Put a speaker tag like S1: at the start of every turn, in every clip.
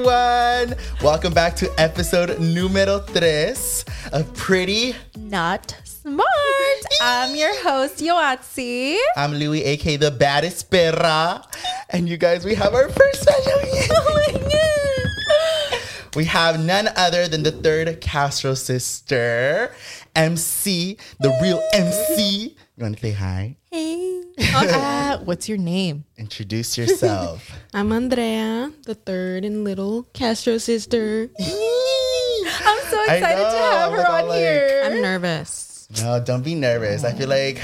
S1: everyone. Welcome back to episode numero tres of Pretty.
S2: Not smart. I'm your host, Yoatsi.
S1: I'm Louis, aka the baddest perra. And you guys, we have our first special guest. We have none other than the third Castro sister, MC, the real MC. You want to say hi?
S2: Hey. Uh, what's your name?
S1: Introduce yourself.
S3: I'm Andrea, the third and little Castro sister.
S2: I'm so excited to
S1: know.
S2: have
S1: Oh my
S2: her
S1: God,
S2: on
S1: like-
S2: here.
S3: I'm nervous.
S1: No, don't be nervous. I feel like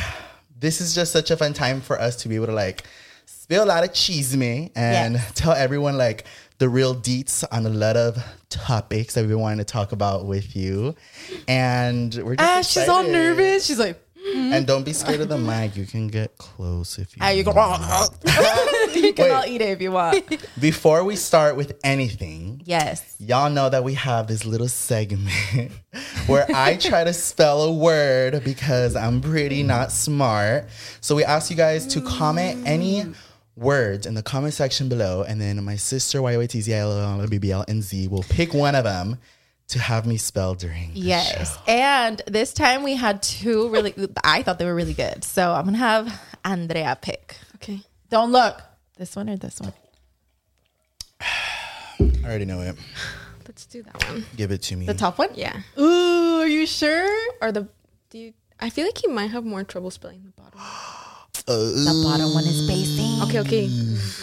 S1: this is just such a fun time for us to be able to like spill a lot of cheese me and
S2: Yes.
S1: tell everyone like the real deets on a lot of topics that we've been wanting to talk about with you. And we're just
S2: Ah, she's all
S1: excited.
S2: nervous. She's like,
S1: And don't be scared of the mic. You can get close if you
S2: ah, you can, you can all eat it if you want.
S1: Before we start with anything,
S2: yes.
S1: Y'all know that we have this little segment where I try to spell a word because I'm pretty not smart. So we ask you guys to comment any words in the comment section below, and then my sister YOATZILBBLNZ will pick one of them to have me spell during. the show.
S2: Yes. And this time we had two really, I thought they were really good. So I'm going to have Andrea pick.
S3: Okay.
S2: Don't look. This one or this one?
S1: I already know it.
S3: Let's do that one.
S1: Give it to me.
S2: The top one?
S3: Yeah.
S2: Ooh, are you sure?
S3: Or the do you, I feel like he might have more trouble spelling the bottom.
S1: Uh,
S2: The bottom one is basing.
S3: Okay, okay.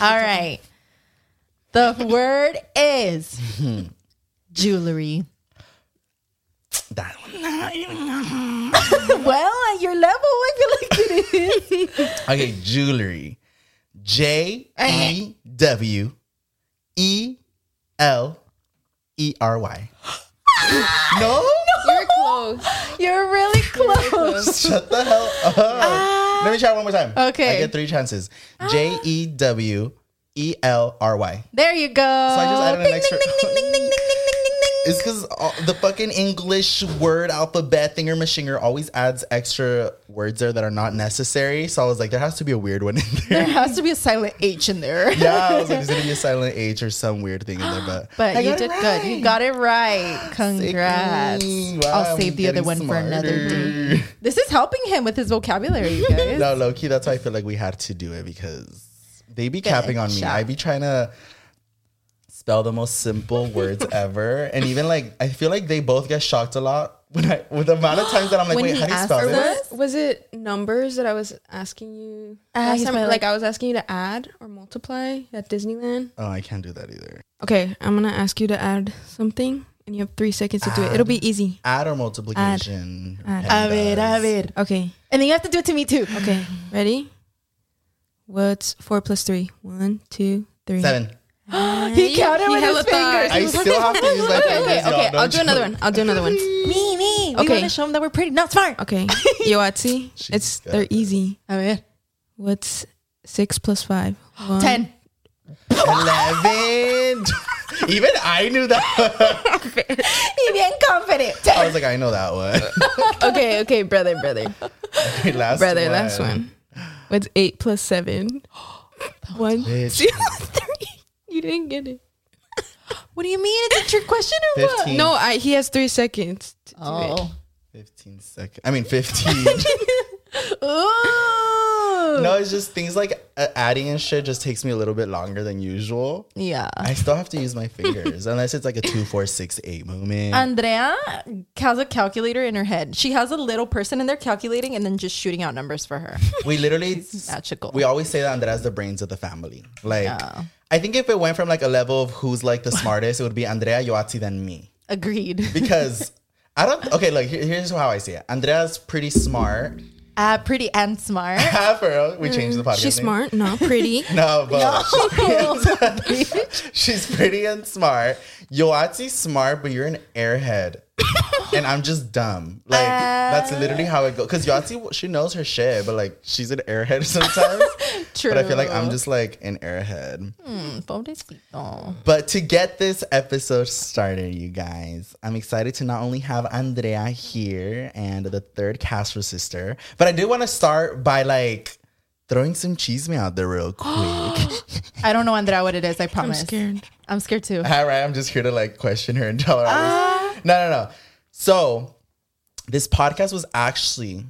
S2: All right. The word is jewelry.
S1: that one.
S2: well, at your level, I feel like it is.
S1: Okay, jewelry. J E W E L E R Y. No?
S3: You're close.
S2: You're really close.
S1: Shut the hell up. Let me try one more time.
S2: okay.
S1: I get three chances. J E W E L R Y.
S2: There you go.
S1: I just added an
S2: Ding,
S1: extra-
S2: ding, ding, ding, ding, ding, ding, ding, ding, ding.
S1: It's because the fucking English word alphabet thinger mashinger always adds extra words there that are not necessary. So I was like, there has to be a weird one in there.
S2: There has to be a silent H in there.
S1: Yeah, I was like, there's gonna be a silent H or some weird thing in there, but
S2: But
S1: I
S2: you
S1: got it
S2: did good. You got it right. Congrats.
S1: Sickening. Wow,
S2: I'll
S1: I'm
S2: save the other
S1: getting
S2: one for another day.
S1: smarter.
S2: This is helping him with his vocabulary, you guys.
S1: No, low key, that's why I feel like we had to do it because they be capping on me.
S2: job.
S1: I be trying to spell the most simple words ever. And even like, I feel like they both get shocked a lot when I, with the amount of times that I'm like,
S2: When
S1: wait,
S2: he
S1: how do you
S2: asks
S1: spell
S2: for
S1: this?
S2: Yes.
S3: What, was it numbers that I was asking you
S2: Ah,
S3: last
S2: he's
S3: time?
S2: probably
S3: Like,
S2: like-
S3: I was asking you to add or multiply at Disneyland.
S1: Oh, I can't do that either.
S3: Okay, I'm gonna ask you to add something, and you have three seconds to do it. It'll be easy.
S1: Add or multiplication.
S2: A ver, a
S1: pandas.
S2: ver.
S3: Okay.
S2: And then you have to do it to me too.
S3: Okay. Ready? What's four plus three? One, two, three.
S1: Seven.
S2: He counted
S3: He
S2: with his
S3: hella thought.
S2: fingers.
S1: I still have to use my
S3: Okay, okay,
S1: fingers, y'all.
S3: okay. I'll
S1: Don't
S3: do another
S1: joke.
S3: one. I'll do another one.
S2: Me, me. We
S3: Okay.
S2: want to show them that we're pretty, not smart.
S3: Okay. Yoatsi, it's
S1: got
S3: they're
S1: it.
S3: easy.
S2: A ver.
S3: What's six plus five? One.
S2: Ten.
S1: Eleven. Even I knew that.
S2: Ah. Be bien confident.
S1: I
S2: Ten.
S1: was like, I know that one.
S3: Okay, okay, brother, brother.
S1: Okay, last
S3: brother,
S1: one.
S3: last one. What's eight plus seven? One,
S1: bitch.
S3: two, three. You didn't get it.
S2: What do you mean? Is it your question or what?
S1: Fifteen.
S3: No, I he has three seconds to do it.
S2: Oh.
S1: 15 seconds. I mean, 15.
S2: Ooh.
S1: no, it's just things like uh, adding and shit just takes me a little bit longer than usual.
S2: Yeah.
S1: I still have to use my fingers unless it's like a two, four, six, eight movement.
S2: Andrea has a calculator in her head. She has a little person in there calculating and then just shooting out numbers for her.
S1: we literally,
S2: magical.
S1: we always say that Andrea's the brains of the family. Like,
S2: Yeah.
S1: I think if it went from like a level of who's like the smartest, it would be Andrea Yoatsi than me.
S2: Agreed.
S1: Because I don't, okay, look, here- here's how I see it Andrea's pretty smart.
S2: Uh, pretty and smart.
S1: Half her, we changed the podcast.
S3: She's
S1: name.
S3: smart, not pretty.
S1: No, but
S2: Oh.
S1: She's pretty and smart. Yoatzi's smart, but you're an airhead. and I'm just dumb. Like, that's literally how it goes. Because Yahtzee, she knows her shit, but like, she's an airhead sometimes.
S2: True.
S1: But I feel like I'm just like an airhead.
S2: Mm, Pobrecito.
S1: But to get this episode started, you guys, I'm excited to not only have Andrea here and the third Castro sister, but I do want to start by like throwing some chisme out there real quick.
S2: I don't know, Andrea, what it is. I
S3: I'm
S2: promise.
S3: scared.
S2: I'm scared too.
S1: All right, I'm just here to like question her and tell her. all this. No, no, no. So this podcast was actually,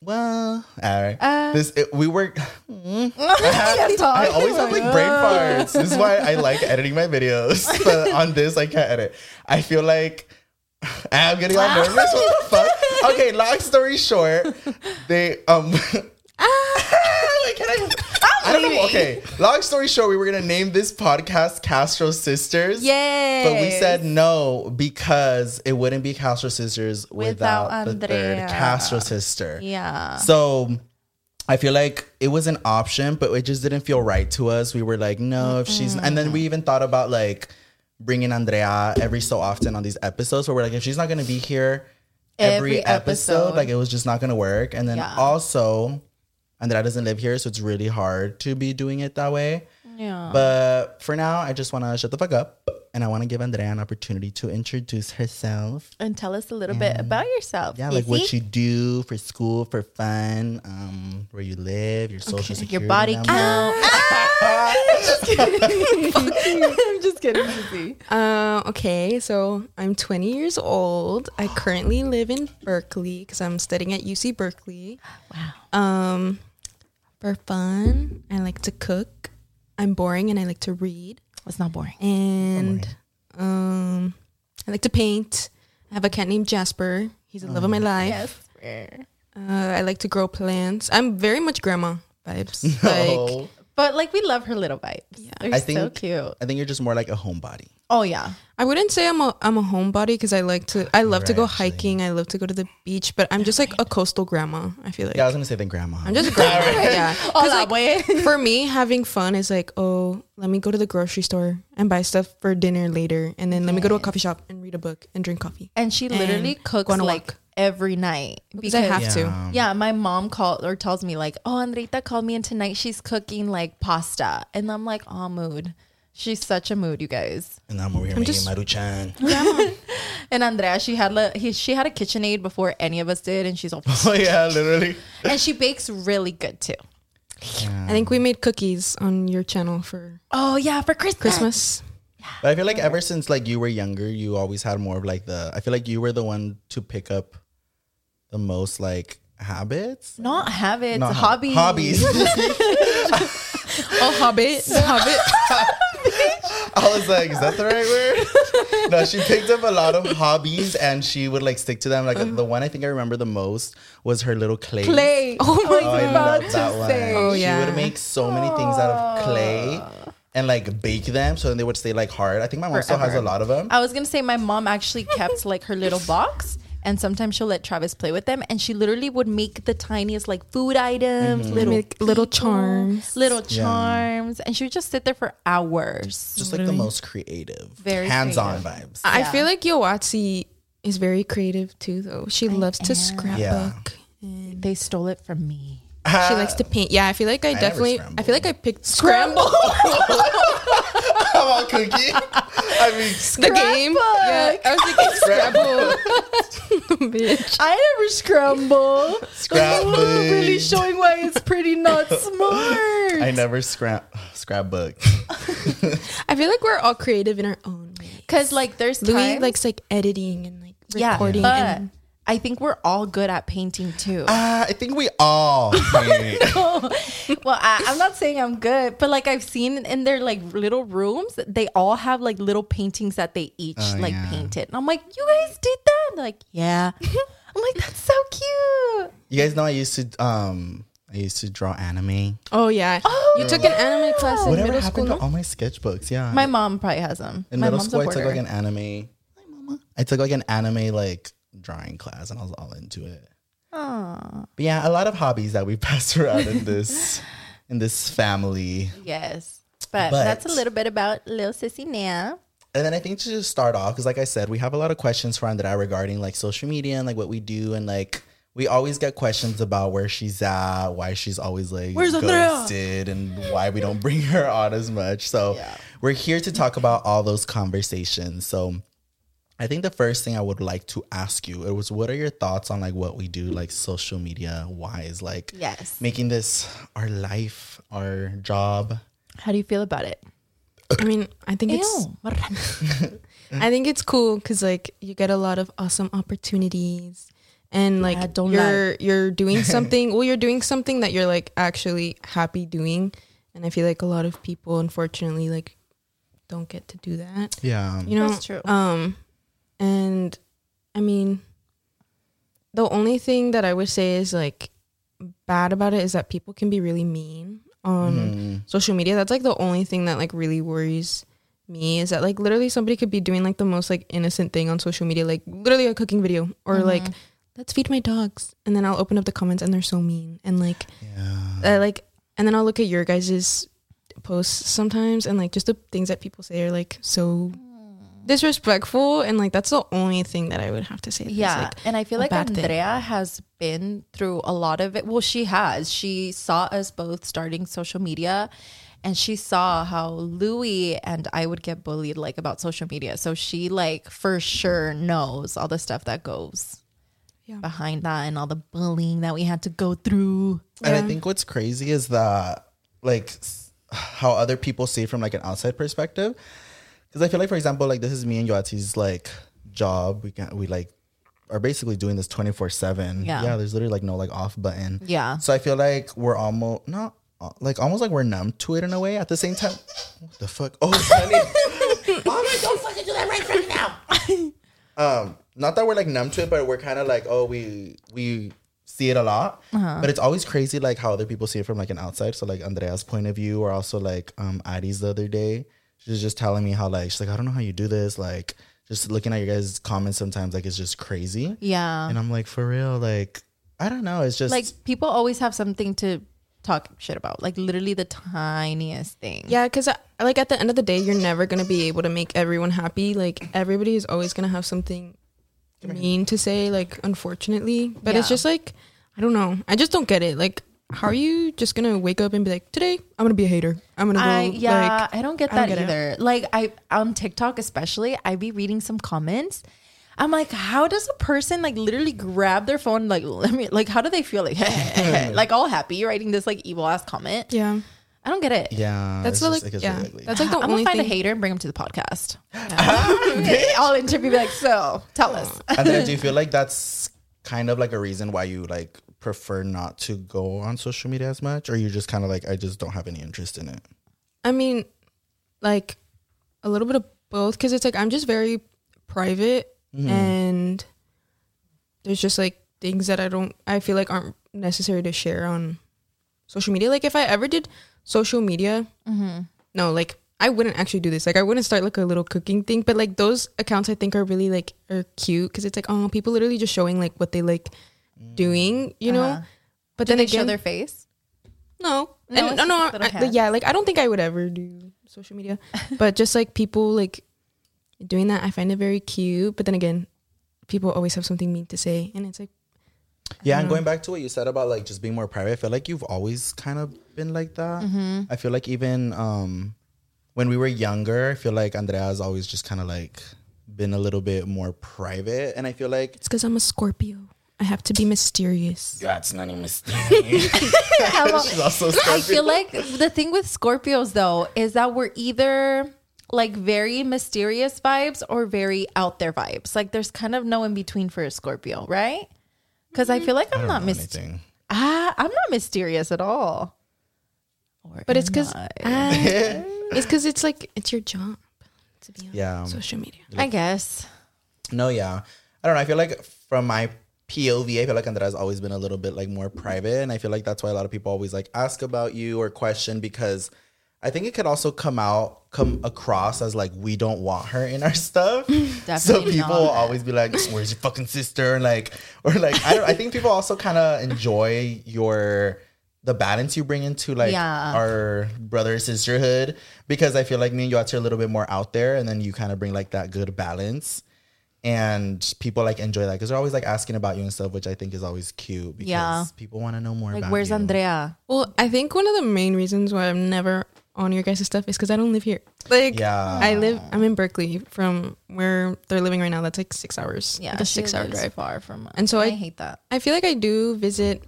S1: well, all right.
S2: Uh.
S1: this it, we were.
S2: Can't talk.
S1: I always have like brain farts. This is why I like editing my videos. But on this, I can't edit. I feel like I'm getting all nervous. What the fuck? Okay, long story short, they um. Wait, can I? I don't know.
S2: leaving.
S1: Okay, long story short, we were gonna name this podcast Castro Sisters.
S2: Yay.
S1: But we said no because it wouldn't be Castro Sisters without,
S2: Without
S1: the third
S2: Andrea.
S1: Castro sister.
S2: Yeah.
S1: So I feel like it was an option, but it just didn't feel right to us. We were like, no, if she's, and then we even thought about like bringing Andrea every so often on these episodes where we're like, if she's not gonna be here every,
S2: Every
S1: episode,
S2: episode.
S1: like it was just not gonna work. And then
S2: Yeah.
S1: also, Andrea doesn't live here, so it's really hard to be doing it that way.
S2: Yeah.
S1: But for now, I just want to shut the fuck up and I want to give Andrea an opportunity to introduce herself.
S2: and tell us a little bit about yourself.
S1: Mm. Yeah, like what
S2: Izzy.
S1: you do for school, for fun, um, where you live, your social security,
S2: your body
S1: number.
S2: count. I'm just ah, kidding. Izzy.
S3: Uh, okay, so I'm 20 years old. I currently live in Berkeley because I'm studying at UC Berkeley. Wow. Um, for fun, I like to cook. I'm boring and I like to read.
S2: It's not boring.
S3: And um, I like to paint. I have a cat named Jasper. He's the love of my life. Uh, I like to grow plants. I'm very much grandma vibes. Like,
S1: No.
S2: But like we love her little vibes. Yeah. They're
S1: I
S2: so
S1: think-
S2: cute.
S1: I think you're just more like a homebody.
S2: Oh yeah.
S3: I wouldn't say I'm a I'm a homebody because I like to I love to go
S1: Right, actually.
S3: hiking. I love to go to the beach, but I'm just like a coastal grandma. I feel like
S1: Yeah, I was gonna say then grandma.
S3: I'm just a grandma. Yeah, 'Cause,
S2: Hola,
S3: like, for me, having fun is like oh, let me go to the grocery store and buy stuff for dinner later, and then let me go to a coffee shop and read a book and drink coffee
S2: And she literally cooks
S3: go on a
S2: like
S3: walk.
S2: every night
S3: because I have to.
S2: Yeah, my mom called or tells me like, "Oh, Andrita called me and tonight she's cooking like pasta," and I'm like, "Oh, mood." She's such a mood, you guys.
S1: and I'm over here making
S3: just-
S1: maruchan.
S2: And Andrea, she had like he, she had a KitchenAid before any of us did, and she's all
S1: oh yeah, literally.
S2: and she bakes really good too.
S3: I think we made cookies on your channel for
S2: Oh yeah, for Christmas.
S3: Christmas.
S1: But I feel like ever since like you were younger, you always had more of like the. I feel like you were the one to pick up the most like habits.
S2: Not habits,
S1: Not hab-
S2: hobbies.
S1: Hobbies.
S3: Oh, Hobbit, Hobbit.
S1: I was like, is that the right word? no, she picked up a lot of hobbies and she would like stick to them. Like the one I think I remember the most was her little clay.
S2: Play.
S3: Oh my
S1: Oh, I
S3: god.
S1: love that one.
S3: Oh,
S1: She
S3: yeah.
S1: would make so many things out of clay and like bake them so then they would stay like hard. I think my mom still has a
S2: Forever.
S1: lot of them.
S2: I was gonna say my mom actually kept like her little box, and sometimes she'll let Travis play with them, and she literally would make the tiniest like food items,
S1: Mm-hmm.
S2: little
S3: Make little
S2: people,
S3: charms.
S2: little charms, and she would just sit there for hours.
S1: Just like the most creative,
S2: Very
S1: hands-on vibes.
S3: I
S2: Yeah.
S3: feel like Yawatsi is very creative too, though. She loves to scrapbook.
S1: Yeah.
S3: And
S2: They stole it from me.
S3: she likes to paint. Yeah, I feel like I,
S1: never
S3: definitely. I
S1: scramble.
S3: feel like I picked scramble
S1: Come on, Cookie. I mean,
S3: the game. Yeah, I was thinking scrabble. Bitch.
S2: I never scramble.
S1: Scrambling. Really
S2: showing why it's pretty not smart.
S1: I never scrap scrapbook.
S3: I feel like we're all creative in our own way.
S2: Because like there's
S3: Louis
S2: times,
S3: likes like editing and like
S2: yeah,
S3: recording.
S2: but Oh.
S3: and
S2: I think we're all good at painting too.
S1: Ah, I think we all.
S2: well, I, I'm not saying I'm good, but like I've seen in their like little rooms, they all have like little paintings that they each like
S1: Oh, yeah.
S2: painted. And I'm like, you guys did that? They're like, yeah. I'm like, that's so cute.
S1: You guys know I used to um I used to draw anime.
S3: oh yeah,
S2: Oh,
S3: you took an anime class in
S1: Whatever
S3: Oh, middle school.
S1: happened
S3: no?
S1: to all my sketchbooks? Yeah.
S2: My mom probably has them.
S1: in
S2: My
S1: middle
S2: mom's
S1: school,
S2: a
S1: I took
S2: hoarder.
S1: like an anime. Hi, mama. I took like an anime like drawing class, and I was all into it. But yeah, a lot of hobbies that we passed around in this in this family.
S2: Yes. But,
S1: But-
S2: that's a little bit about Lil Sissy now.
S1: And then I think to just start off, because like I said, we have a lot of questions for Andrea regarding like social media and like what we do, and like we always get questions about where she's at, why she's always like
S2: Where's Andrea?
S1: ghosted, and why we don't bring her on as much. So
S2: Yeah.
S1: we're here to talk about all those conversations. So. I think the first thing I would like to ask you it was what are your thoughts on like what we do like social media wise like
S2: Yes.
S1: making this our life our job
S2: How do you feel about it?
S3: I mean, I think it's I think it's cool because like you get a lot of awesome opportunities, and like
S2: Yeah, don't
S3: you're you're doing something. well, you're doing something that you're like actually happy doing, and I feel like a lot of people unfortunately like don't get to do that.
S1: yeah
S3: You know,
S2: That's true.
S3: Um, and I mean, the only thing that I would say is like bad about it is that people can be really mean on
S1: Mm-hmm.
S2: um,
S3: social media. That's like the only thing that like really worries me is that like literally somebody could be doing like the most like innocent thing on social media, like literally a cooking video or
S2: Mm-hmm.
S3: like let's feed my dogs, and then I'll open up the comments and they're so mean and like
S1: Mm, yeah
S3: uh, like and then I'll look at your guys's posts sometimes and like just the things that people say are like so disrespectful and like that's the only thing that I would have to say. that's,
S2: Yeah,
S3: like,
S2: and I feel
S3: a
S2: like
S3: bad thing.
S2: Andrea has been through a lot of it. Well, she has. She saw us both starting social media and she saw how Louie and I would get bullied like about social media. So she like for sure knows all the stuff that goes
S3: Yeah.
S2: behind that and all the bullying that we had to go through.
S1: And I think what's crazy is that like s- how other people see it from like an outside perspective. Because I feel like, for example, like this is me and Yoati's like job. We can we like are basically doing this twenty four seven.
S2: Yeah.
S1: Yeah. There's literally like no like off button.
S2: Yeah.
S1: So I feel like we're almost not like almost like we're numb to it in a way. At the same time, what the fuck? Oh, honey. Oh Mama, don't fucking do that right from now um not that we're like numb to it but we're kind of like oh we we see it a lot
S3: Uh-huh.
S1: but it's always crazy like how other people see it from like an outside so like andrea's point of view or also like um adi's the other day she was just telling me how like she's like i don't know how you do this like just looking at your guys comments sometimes like it's just crazy
S2: Yeah.
S1: and i'm like for real like i don't know it's just
S2: like people always have something to talk shit about. Like literally the tiniest thing.
S3: Yeah, because like at the end of the day, you're never gonna be able to make everyone happy. Like everybody is always gonna have something mean to say. Like unfortunately, but it's
S2: Yeah.
S3: just like I don't know. I just don't get it. Like how are you just gonna wake up and be like, today I'm gonna be a hater. I'm gonna go.
S2: I yeah,
S3: like,
S2: I don't get
S3: I
S2: that
S3: don't get it.
S2: either. Like I on TikTok especially, I be reading some comments. I'm like, how does a person like literally grab their phone? Like, let me like, how do they feel? Like, like all happy You're writing this like evil ass comment.
S3: yeah.
S2: I don't get it.
S1: yeah it's
S3: That's the,
S1: just,
S3: like,
S1: it's
S3: yeah.
S1: really ugly.
S3: That's like the
S2: I'm gonna
S3: only
S2: find
S3: thing.
S2: a hater and bring him to the podcast. I'll interview be like, so tell us.
S1: and then I do feel like that's kind of like a reason why you like prefer not to go on social media as much or you're just kind of like i just don't have any interest in it
S3: I mean, like a little bit of both because it's like I'm just very private
S2: Mm-hmm.
S3: and there's just like things that I don't, I feel like aren't necessary to share on social media. Like if I ever did social media,
S2: Mm-hmm.
S3: no, like I wouldn't actually do this. Like I wouldn't start like a little cooking thing, but like those accounts I think are really like are cute because it's like, oh, people literally just showing like what they like doing, you know? But then
S2: Mm. Uh-huh. They
S3: again,
S2: show their face.
S3: no,
S2: No,
S3: and,
S2: it's
S3: no,
S2: just
S3: no.
S2: a little
S3: I-
S2: hat.
S3: yeah, like I don't think I would ever do social media, but just like people like doing that, I find it very cute. But then again, people always have something mean to say, and it's like,
S1: yeah and going back to what you said about like just being more private i feel like you've always kind of been like that i feel like even um when we were younger i feel like andrea's always just kind of like been a little bit more private and i feel like
S3: it's because I'm a Scorpio. I have to be mysterious.
S1: that's not a mistake she's also
S2: I feel like the thing with Scorpios though is that we're either like very mysterious vibes or very out there vibes. Like there's kind of no in between for a Scorpio, right? Because
S1: Mm-hmm.
S2: I feel like I'm not mis-
S1: anything
S2: ah, I'm not mysterious at all. Or
S3: But it's
S2: am
S3: because
S2: I?
S3: it's because it's like it's your job to be on
S1: yeah
S3: social media.
S2: I guess
S1: No, yeah. I don't know. I feel like from my POV, I feel like Andrea's always been a little bit like more private. And I feel like that's why a lot of people always like ask about you or question because I think it could also come out, come across as like we don't want her in our stuff. so
S2: Definitely
S1: people will
S2: not.
S1: always be like, "Where's your fucking sister?" And like, or like, I don't. I think people also kind of enjoy your the balance you bring into like
S2: Yeah.
S1: our brother sisterhood because I feel like me and Yoati are a little bit more out there, and then you kind of bring like that good balance. And people like enjoy that because they're always like asking about you and stuff, which I think is always cute because
S2: Yeah.
S1: people want to know more
S2: like
S1: about
S2: where's
S1: you.
S2: Andrea?
S3: Well, I think one of the main reasons why I've never on your guys' stuff is because I don't live here. Like,
S1: Yeah.
S3: I live, I'm in Berkeley from where they're living right now. That's like six hours.
S2: Yeah,
S3: Like a
S2: she
S3: six hour
S2: lives
S3: drive.
S2: far from us.
S3: And so I-
S2: hate that.
S3: I feel like I do visit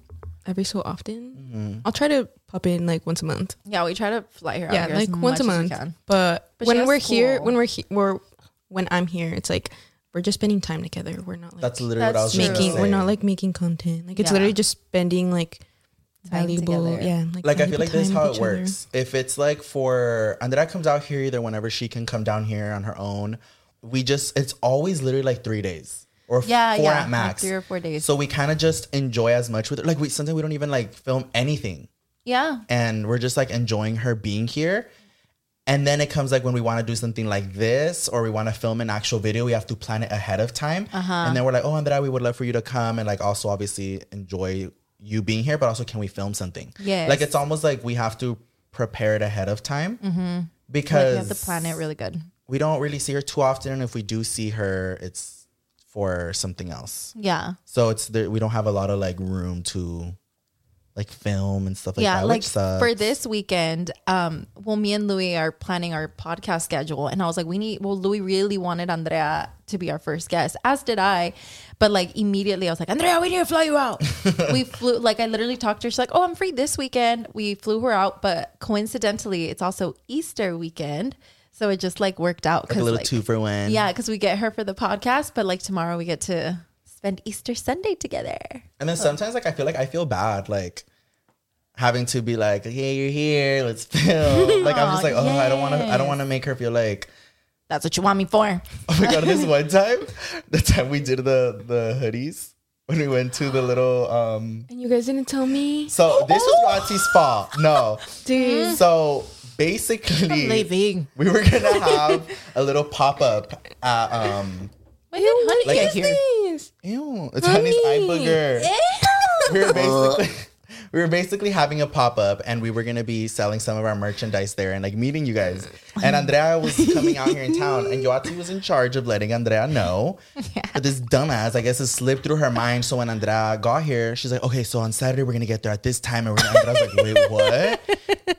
S3: every so often.
S1: Mm-hmm.
S3: I'll try to pop in like once a month.
S2: Yeah, we try to fly her.
S3: yeah,
S2: out here
S3: like
S2: as
S3: once a
S2: much as we
S3: month.
S2: can.
S3: But,
S2: But she
S3: when
S2: has
S3: we're here,
S2: school.
S3: when we're here, we're, when I'm here, it's like we're just spending time together. We're not like
S1: That's literally what I was
S2: That's
S1: just
S3: making.
S1: Gonna say.
S3: We're not like making content. Like it's
S2: Yeah.
S3: literally just spending like
S2: Time
S3: valuable.
S2: together.
S3: Yeah,
S1: like I feel
S3: valuable
S1: like this is
S3: time
S1: how
S3: with
S1: it
S3: each other.
S1: works. If it's like for Andrea comes out here either whenever she can come down here on her own, we just it's always literally like three days or f-
S2: Yeah,
S1: four
S2: yeah,
S1: at
S2: like
S1: max,
S2: three or four days.
S1: So we kind of just enjoy as much with her. Like we sometimes we don't even like film anything,
S2: Yeah,
S1: and we're just like enjoying her being here. And then it comes like when we want to do something like this, or we want to film an actual video, we have to plan it ahead of time.
S2: Uh-huh.
S1: And then we're like, oh, Andrea, we would love for you to come and like also obviously enjoy you being here, but also can we film something?
S2: Yes.
S1: Like it's almost like we have to prepare it ahead of time
S2: Mm-hmm. like
S1: because
S2: you have to plan it really good.
S1: we don't really see her too often. And if we do see her, it's for something else.
S2: Yeah,
S1: So it's there, we don't have a lot of like room to like film and stuff like
S2: yeah.
S1: that.
S2: Like
S1: which sucks.
S2: for this weekend, um, well, me and Louis are planning our podcast schedule, and I was like, we need. Well, Louis really wanted Andrea to be our first guest, as did I. But like immediately, I was like, Andrea, we need to fly you out. we flew. Like I literally talked to her. She's like, oh, I'm free this weekend. We flew her out, but coincidentally, it's also Easter weekend, so it just like worked out
S1: like a little
S2: like,
S1: two for one.
S2: Yeah, because we get her for the podcast, but like tomorrow we get to spend Easter Sunday together.
S1: And then sometimes like I feel like I feel bad like having to be like, yeah, you're here, let's film. like I'm just like, oh, I don't want to. I don't want to make her feel like.
S2: That's what you want me for.
S1: Oh my god! This one time, the time we did the the hoodies when we went to the little. um
S3: And you guys didn't tell me,
S1: So this
S2: Oh.
S1: was Roxy's fault. No,
S2: Mm,
S3: dude.
S1: so basically, we were gonna have a little pop up. At, um,
S2: When did honey
S1: Like-
S2: get here?
S3: Please.
S1: ew, it's honey's eye
S3: Honey.
S1: booger. we were basically we were basically having a pop up, and we were gonna be selling some of our merchandise there and like meeting you guys. And Andrea was coming out here in town, and Yoati was in charge of letting Andrea know. But this dumbass, I guess, it slipped through her mind. So when Andrea got here, she's like, "Okay, so on Saturday we're gonna get there at this time," and we're gonna. Andrea's like, "Wait, what?"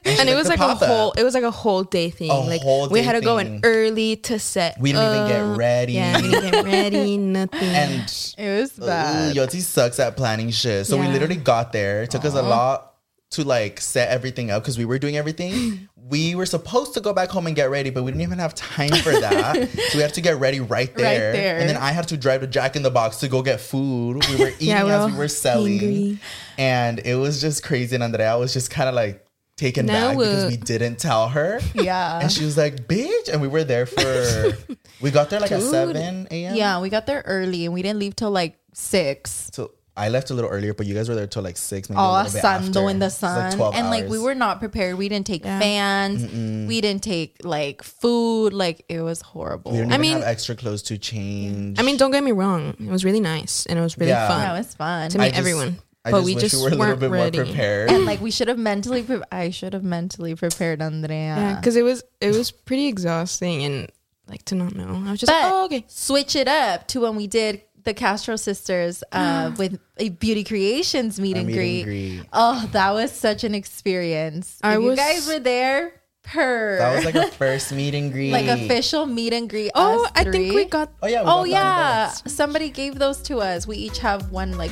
S1: she's
S3: And it was
S1: "The
S3: like a
S1: pop-up."
S3: whole. It was like a whole day thing.
S1: A
S3: like
S1: whole
S3: we
S1: day
S3: had to go
S1: thing.
S3: in early to set.
S1: We didn't even get
S3: up.
S1: ready.
S3: Uh, Yeah, we didn't get ready. Nothing.
S1: and
S2: It was
S1: Ooh,
S2: bad.
S1: Yoti sucks at planning shit. So we
S3: Yeah.
S1: literally got there. It took us a lot to like set everything up because we were doing everything. we were supposed to go back home and get ready, but we didn't even have time for that. so we had to get ready right there.
S2: there.
S1: And then I had to drive to Jack in the Box to go get food. We were eating
S3: Yeah, we're
S1: as
S3: all
S1: we were selling.
S3: hangry.
S1: And it was just crazy. And Andrea was just kind of like taken
S3: Now
S1: back because
S3: what?
S1: we didn't tell her.
S2: Yeah.
S1: And she was like, bitch. And we were there for, we got there like at
S3: Dude.
S1: 7 a.m.
S2: Yeah, we got there early and we didn't leave till like six.
S1: So I left a little earlier, but you guys were there till like six, maybe a
S2: All
S1: little bit after.
S2: asando in the
S1: It's like
S2: sun.
S1: 12
S2: and like we
S1: hours.
S2: were not prepared. We didn't take fans. We didn't take like food. Like it was horrible.
S1: We didn't
S3: I
S1: even have
S3: mean-
S1: extra clothes to change.
S3: I mean, don't get me wrong. It was really nice and it was really
S1: Yeah.
S3: fun.
S2: yeah, it was fun.
S3: To me-
S1: I just-
S3: everyone.
S1: I
S3: But
S1: just
S3: we
S1: wish
S3: just
S1: we were a little
S3: weren't
S1: bit
S3: ready.
S1: more prepared.
S2: and like we should have mentally pre- I should have mentally prepared Andrea.
S3: Yeah, because it was it was pretty exhausting and like to not know. I was just
S2: but
S3: like, oh okay.
S2: switch it up to when we did the Castro sisters uh, with a beauty creations meet,
S1: A
S2: and,
S1: meet and
S2: greet.
S1: greet.
S2: Oh, that was such an experience.
S3: I
S2: if you
S3: was-
S2: guys were there, per
S1: that was like our first meet and greet.
S2: like official meet and greet.
S3: Oh,
S2: us
S3: I think we
S2: three.
S3: got
S1: Mm. Oh yeah. we
S2: Oh
S1: got that
S2: yeah,
S1: one.
S2: somebody gave those to us. We each have one, like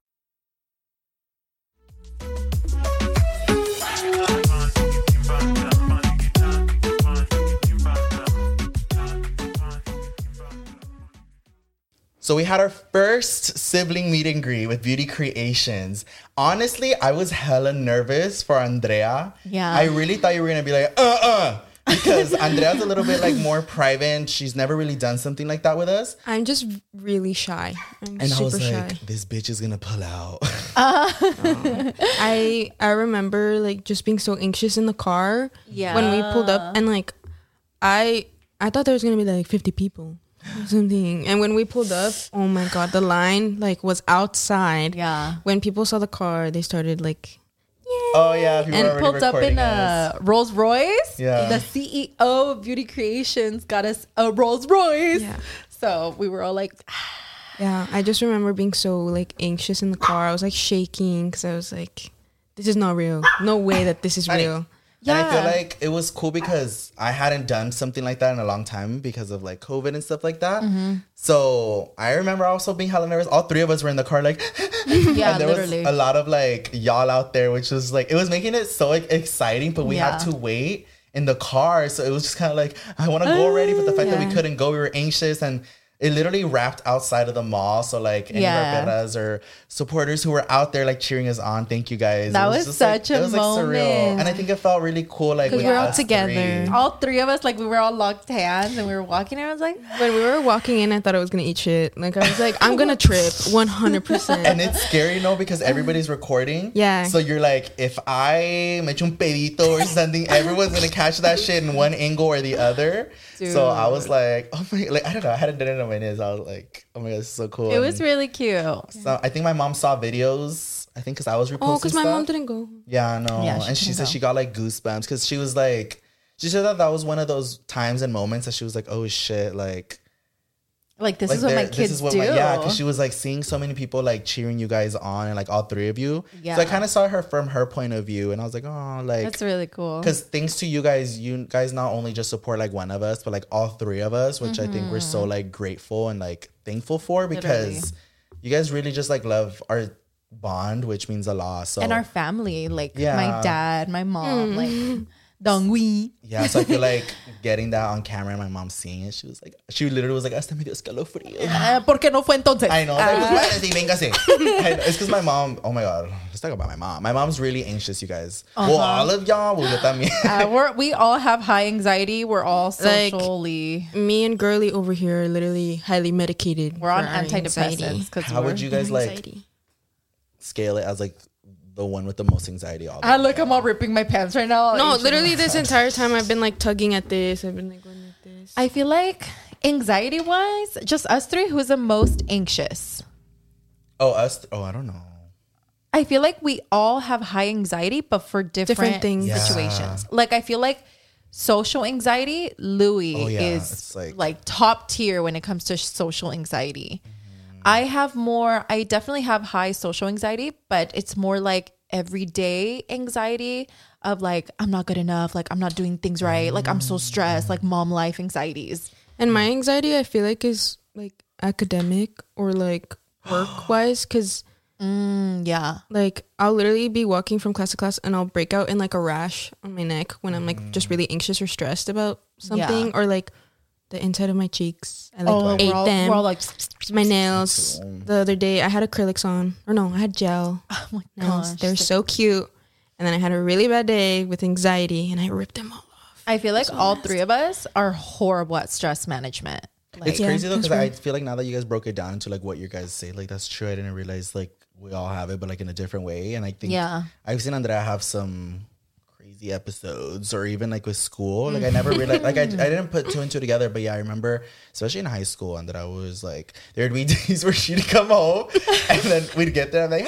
S1: So we had our first sibling meet and greet with Beauty Creations. Honestly, I was hella nervous for Andrea.
S2: Yeah.
S1: I really thought you were gonna be like, uh uh. Because Andrea's a little bit like more private and she's never really done something like that with us.
S3: I'm just really shy. I'm
S1: And I
S3: super
S1: was
S3: shy.
S1: like, this bitch is gonna pull out.
S3: I I remember like just being so anxious in the car.
S2: Yeah.
S3: When we pulled up and like I I thought there was gonna be like fifty people or something. And when we pulled up, oh my god, the line like was outside.
S2: Yeah.
S3: When people saw the car, they started like
S1: oh yeah, people
S2: and
S1: are already
S2: pulled up
S1: recording
S2: in
S1: us.
S2: a Rolls Royce.
S1: Yeah.
S2: The CEO of Beauty Creations got us a Rolls Royce.
S3: Yeah.
S2: So we were all like,
S3: Yeah. I just remember being so like anxious in the car. I was like shaking because I was like, This is not real. No way that this is real.
S1: And I feel
S2: Yeah.
S1: like it was cool because I hadn't done something like that in a long time because of like COVID and stuff like that.
S2: Mm-hmm.
S1: So I remember also being hella nervous. All three of us were in the car, like,
S2: yeah,
S1: and there
S2: literally.
S1: was a lot of like y'all out there, which was like, it was making it so like, exciting, but we had
S2: Yeah.
S1: to wait in the car. So it was just kind of like, I want to go already. But the fact that we couldn't go, we were anxious and it literally wrapped outside of the mall. So like any
S2: Yeah.
S1: yeah. or supporters who were out there like cheering us on. Thank you guys.
S2: That was
S1: just,
S2: such a moment.
S1: And I think it felt really cool. Like
S3: Because
S1: with
S3: we're all
S1: us
S3: together.
S1: three.
S2: all three of us, like we were all locked hands and we were walking and I was like,
S3: When we were walking in, I thought I was gonna eat shit. Like I was like, I'm gonna trip, one hundred
S1: and
S3: percent.
S1: it's scary, no, because everybody's recording.
S3: Yeah.
S1: So you're like, if I make un pedito or something, everyone's gonna catch that shit in one angle or the other. So I was like, oh my, like I don't know, I hadn't done it in a minute. So I was like, oh my god, this is so cool.
S2: it was
S1: And
S2: really cute.
S1: so I think my mom saw videos. I think because I was reposting.
S3: Oh, because my
S1: stuff.
S3: mom didn't go.
S1: Yeah, I know.
S2: Yeah, she
S1: and she
S2: couldn't
S1: said
S2: go.
S1: she got like goosebumps because she was like, she said that that was one of those times and moments that she was like, oh shit, like
S2: Like this
S1: like
S2: is what my
S1: there-
S2: kids
S1: this is what
S2: do.
S1: my- yeah, because she was like seeing so many people like cheering you guys on and like all three of you.
S2: Yeah.
S1: So I kind of saw her from her point of view, and I was like, oh, like
S2: That's really cool.
S1: because thanks to you guys, you guys not only just support like one of us, but like all three of us, which I think we're
S2: Mm-hmm.
S1: so like grateful and like thankful for because you guys really just like love our bond, which means a lot. So
S2: And our family, like my
S1: Yeah.
S2: dad, my mom, like Dongui.
S1: Yeah, so I feel like getting that on camera and my mom seeing it, she was like, she literally was like, hasta me dio escalofrío.
S2: Uh, ¿Por qué no fue entonces?
S1: I know. I was like, "Vale, sí, véngase." I know. It's because my mom, oh my God, let's talk about my mom. My mom's really anxious, you guys. Well, all of y'all, well, yo también.
S2: Uh, we're, we all have high anxiety. We're all
S3: Like-
S2: socially.
S3: Me and Girly over here are literally highly medicated.
S2: we're on
S3: for our anxiety.
S2: antidepressants because
S1: How would you guys like
S3: Anxiety.
S1: scale it as like the one with the most anxiety? All
S2: I look, I'm all ripping my pants right now.
S3: No, literally this entire time I've been like tugging at this. I've been like going like this.
S2: I feel like anxiety wise, just us three, who's the most anxious?
S1: Oh, us. oh, I don't know.
S2: I feel like we all have high anxiety, but for different,
S3: Different things. Yeah.
S2: situations. Like I feel like social anxiety, Louis
S1: Oh, yeah,
S2: is
S1: it's
S2: like,
S1: like-
S2: top tier when it comes to social anxiety.
S1: Mm-hmm.
S2: I have more. I definitely have high social anxiety, but it's more like everyday anxiety of like I'm not good enough, like I'm not doing things right, like I'm so stressed, like mom life anxieties.
S3: and my anxiety I feel like is like academic or like work wise because
S2: Mm, yeah.
S3: like I'll literally be walking from class to class and I'll break out in like a rash on my neck when I'm like just really anxious or stressed about something or like the inside of my cheeks. I like
S1: Oh,
S3: ate
S2: Oh, we're all,
S3: them.
S2: we're all like
S3: my nails the other day. I had acrylics on, or no, I had gel.
S2: oh my
S3: nails.
S2: gosh.
S3: They're so cute. And then I had a really bad day with anxiety, and I ripped them all off.
S2: I feel like all three of us are horrible at stress management. Like,
S1: It's crazy though because I feel like now that you guys broke it down into like what you guys say, like that's true. I didn't realize like we all have it, but like in a different way. And I think
S2: Yeah.
S1: I've seen Andrea have some crazy episodes, or even like with school.
S2: Mm-hmm.
S1: Like I never realized, like I, I didn't put two and two together. But yeah, I remember, especially in high school, Andrea was like, there'd be days where she'd come home, and then we'd get there. I'm like, hi,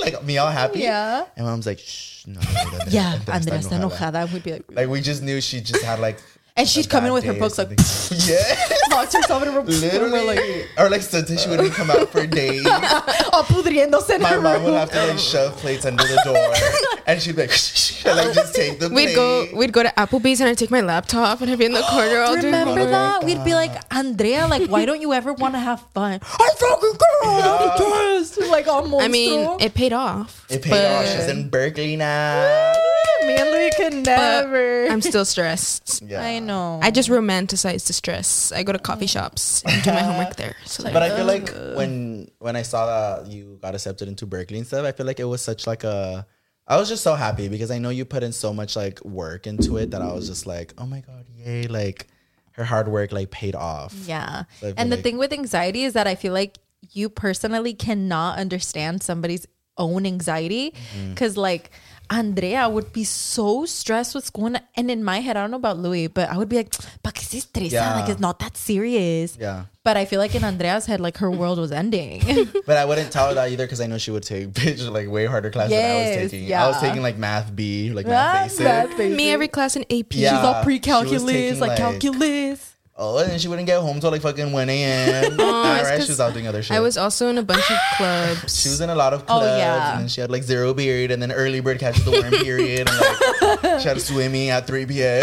S1: mommy, like me all happy.
S2: Yeah.
S1: And mom's like, shh, no, no, no, Andrea-
S2: yeah,
S1: Andrea está
S2: Andrea está enojada. We'd be like,
S1: Like we just knew she just had like.
S2: and she'd come in
S1: bad
S2: with her
S1: day or
S2: books, like,
S1: something. yeah.
S2: box herself in her room. and
S1: Literally,
S2: we're like,
S1: or like sometimes she wouldn't come out for days.
S2: oh, pudriéndose in
S1: My
S2: her
S1: mom
S2: room.
S1: would have to like shove plates under the door, and she'd be like, she'd like just take the plate.
S3: We'd go, we'd go to Applebee's and I'd take my laptop and I'd be in the corner all doing
S2: Remember
S3: homework.
S2: that? We'd be like, Andrea, like, why don't you ever want to have fun?
S1: I fucking girl.
S2: like, almost.
S3: I mean, it paid off.
S1: It paid
S3: but
S1: off. She's in Berkeley now.
S2: me and Louis can never.
S3: I'm still stressed.
S1: Yeah.
S2: I know.
S3: I just romanticize the stress. I go to coffee shops and do my homework there. So like,
S1: But I feel like
S2: uh.
S1: when when I saw that you got accepted into Berkeley and stuff, I feel like it was such like a I was just so happy because I know you put in so much like work into it that I was just like, oh my god, yay! Like her hard work like paid off.
S2: Yeah.
S1: I feel
S2: And the
S1: like-
S2: thing with anxiety is that I feel like you personally cannot understand somebody's own anxiety
S1: Mm-hmm.
S2: because, like, Andrea would be so stressed with school. And- And in my head, I don't know about Louis, but I would be like, "Pa que se estresa?
S1: Yeah.
S2: Like, it's not that serious.
S1: Yeah.
S2: But I feel like in Andrea's head, like, her world was ending.
S1: But I wouldn't tell her that either because I know she would take bitch like way harder class than I
S2: Yes,
S1: was taking. I
S2: yeah.
S1: was taking like math B, like
S2: Ah,
S1: math basic.
S2: math basic.
S3: me every class in AP.
S1: Yeah.
S2: She's all
S1: she was
S2: pre calculus,
S1: taking,
S2: like,
S1: like-
S2: calculus.
S1: Oh, and then she wouldn't get home till like fucking one a.m.
S2: Oh,
S1: All right, she was out doing other shit.
S3: I was also in a bunch of clubs.
S1: She was in a lot of clubs,
S2: Oh, yeah.
S1: and then she had like zero period, and then early bird catches the worm period, and like she had swimming at three p.m.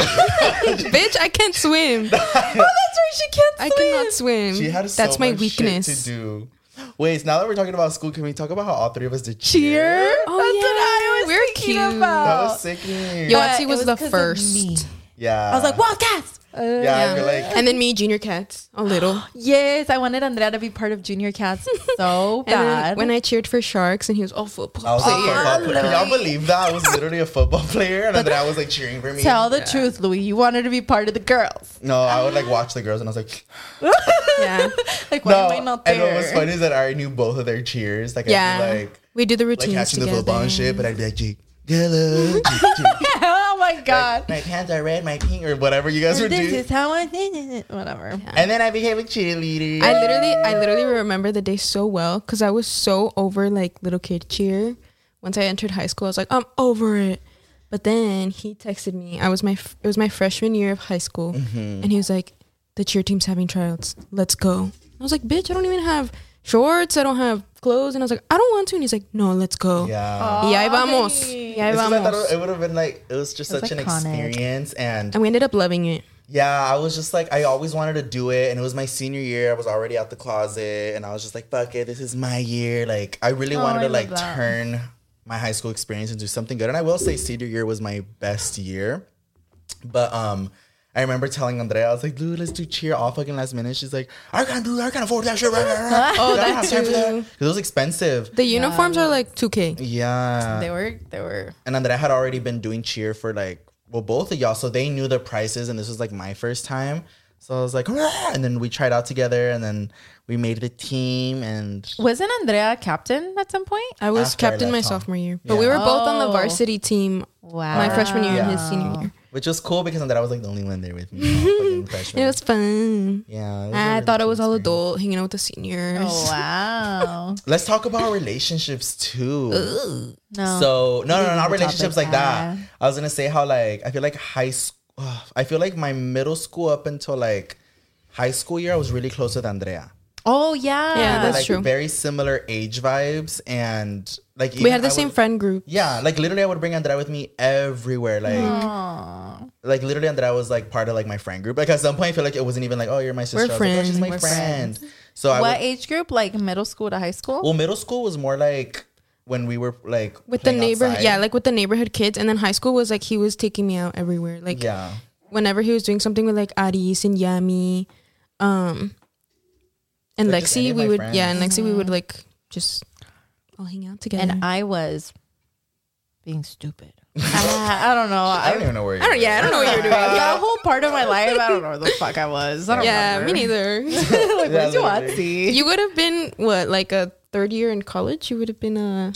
S3: Bitch, I can't swim.
S2: Oh, That's right. She can't
S3: I cannot swim.
S1: she had so
S3: That's my
S1: much shit
S3: weakness.
S1: to do. Wait, so now that we're talking about school, can we talk about how all three of us did cheer?
S2: Cheer?
S3: Oh,
S2: That's what I
S3: yeah.
S2: was
S3: We're
S2: thinking
S3: cute.
S2: about.
S1: That was sickening.
S3: Yo-
S2: But
S3: Yahtzee
S2: it
S3: was the
S2: 'cause of
S3: first.
S2: me.
S1: yeah,
S2: I was like, Wildcats! Uh,
S1: yeah, you're like,
S3: and then me, junior cats, a little.
S2: Yes, I wanted Andrea to be part of Junior Cats so
S3: And then
S2: bad.
S3: when I cheered for sharks, and he was all football.
S1: I was a
S3: player.
S1: football player. Can y'all believe that? I was literally a football player, and then I was like cheering for me.
S2: Tell the truth, Louis. You wanted to be part of the girls.
S1: no, I would like watch the girls, and I was like,
S3: yeah,
S2: Like, why
S1: no.
S2: am I not
S1: and
S2: there?
S1: what was funny is that I already knew both of their cheers. Like,
S3: yeah.
S1: I'd be like.
S3: we do the
S1: like
S3: routines
S1: catching the
S3: together.
S1: football and shit, but I'd be like, Jake, hello, Jake, Jake."
S2: oh my god!
S1: my pants are red, my pink, or whatever you guys would
S2: this
S1: do.
S2: is how I did it. Whatever.
S1: And then I became a cheerleader.
S3: I literally, I literally remember the day so well because I was so over like little kid cheer. Once I entered high school, I was like, I'm over it. But then he texted me. I was my, it was my freshman year of high school,
S1: Mm-hmm.
S3: and he was like, the cheer team's having tryouts. Let's go. I was like, bitch, I don't even have shorts. I don't have clothes, and I was like, I don't want to. And he's like, No, let's go.
S1: yeah.
S3: Y ahí vamos. Y ahí
S1: It's 'cause I
S3: Oh, vamos.
S1: thought it would have been like it was just
S2: It's
S1: such an
S2: iconic.
S1: experience, and
S3: and we ended up loving it.
S1: yeah, I was just like I always wanted to do it, and it was my senior year. I was already out the closet, and I was just like, "Fuck it, this is my year." Like I really wanted to like turn my high school experience into something good, and I will say senior year was my best year. But um, I remember telling Andrea, I was like, dude, let's do cheer all fucking last minute. She's like, I can't do that. I can't afford that shit. oh,
S3: that too.
S1: Because it was expensive.
S3: The uniforms are like 2K.
S1: yeah.
S2: They were. They were.
S1: and Andrea had already been doing cheer for like, well, both of y'all. So they knew the prices. And this was like my first time. So I was like, "Hurrah!" and then we tried out together and then we made the team. And
S2: Wasn't Andrea a captain at some point?
S3: I was
S1: After I
S3: captain my
S1: left, huh?
S3: sophomore year, but we were both on the varsity team
S2: Wow.
S1: Oh.
S3: my freshman year and his
S1: Yeah.
S3: senior year.
S1: which was cool because Andrea was like the only one there with me. fucking freshman.
S3: It was fun.
S1: yeah. it was a
S3: I
S1: really
S3: thought it
S1: cool
S3: was all
S1: experience.
S3: adult, hanging out with the seniors.
S2: Oh, wow.
S1: Let's talk about relationships too.
S2: No.
S1: So no, no, no, not
S2: the
S1: relationships
S2: topic.
S1: like that. I was gonna say how like I feel like high school. I feel like my middle school up until like high school year, I was really close with Andrea.
S2: oh yeah.
S3: Yeah, that's
S1: like
S3: true.
S1: very similar age vibes, and like
S3: We
S1: even
S3: had the
S1: I
S3: same
S1: would-
S3: friend group.
S1: Yeah, like literally, I would bring Andrea with me everywhere. Like, like literally, Andrea was like part of like my friend group. Like at some point, I feel like it wasn't even like, oh, you're my sister. I was Like, oh, she's
S3: friends.
S1: my
S3: We're
S1: friend. So I would,
S2: what age group? Like middle school to high school?
S1: well, middle school was more like when we were like
S3: With the
S1: playing
S3: neighbor,
S1: outside.
S3: yeah, like with the neighborhood kids, and then high school was like he was taking me out everywhere. Like
S1: yeah.
S3: whenever he was doing something with like Aris and Yami, um, and
S1: Like, just any
S3: Lexi,
S1: of
S3: we
S1: my
S3: would
S1: friends.
S3: yeah, and Lexi, we would like just all hang out together.
S2: and I was being stupid. I, I don't know.
S1: I
S2: I,
S1: don't even know where you.
S3: I
S1: were.
S3: don't, yeah, I don't know what you're doing.
S2: that whole part of my life, I don't know where the fuck I was. I don't
S3: yeah, me
S2: remember.
S3: neither.
S2: like,
S1: Yeah,
S2: where's your
S1: literally.
S2: Yahtzee?
S3: You would have been what, like a third year in college? You would have been a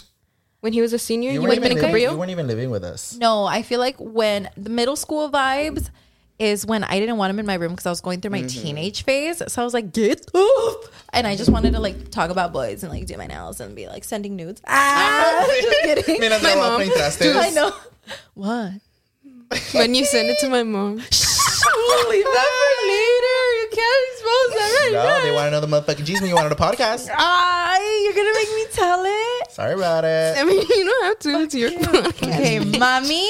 S3: when he was a senior. You,
S1: You
S3: would
S1: weren't,
S3: have been
S1: even
S3: in
S1: living, you
S3: Cabrillo.
S1: weren't even living with us.
S2: No, I feel like when the middle school vibes is when I didn't want him in my room because I was going through my teenage phase. So I was like, get up. And I just wanted to like talk about boys and like do my nails and be like sending nudes. Ah, just kidding.
S1: Mira, andaba playing trastes.
S2: I know. What?
S3: When you send it to my
S2: We'll
S3: mom,
S2: leave that for later. You can't expose that right
S1: No, they want to know the motherfucking G's when you wanted a podcast.
S2: I, you're gonna make me tell it.
S1: Sorry about it.
S3: I mean, you don't have to. It's your podcast.
S2: Okay, mommy,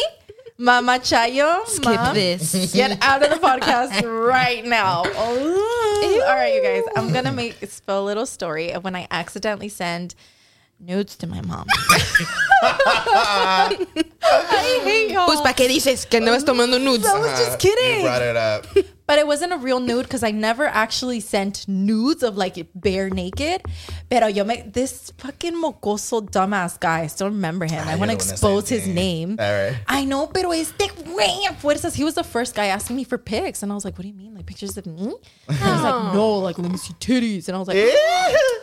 S2: mama Chayo, mom,
S3: this.
S2: get out of the podcast right now. Oh. All right, you guys, I'm gonna make spell a little story of when I accidentally send nudes to my mom. I hate y'all.
S3: Pues, ¿pa' qué dices que andabas tomando nudes?
S2: I was just kidding.
S1: Uh, You brought it up.
S2: But it wasn't a real nude because I never actually sent nudes of like bare naked. Pero yo me this fucking mocoso dumbass guy. I still remember him. I
S1: you're
S2: want to
S1: the one that
S2: expose
S1: sent
S2: his
S1: me.
S2: name.
S1: All right.
S2: I know, pero este way of fuerzas. He was the first guy asking me for pics, and I was like, "What do you mean? Like pictures of me?" And I was
S3: Oh.
S2: like, "No, like let me see titties." And I was like,
S3: Eh?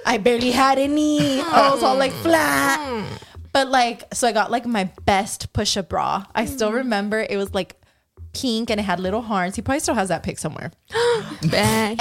S2: "I barely had any. I was all like
S3: Hmm.
S2: flat." But like, so I got like my best push-up bra. I still
S3: Hmm.
S2: remember it was like pink and it had little horns. He probably still has that pic somewhere.
S3: Back.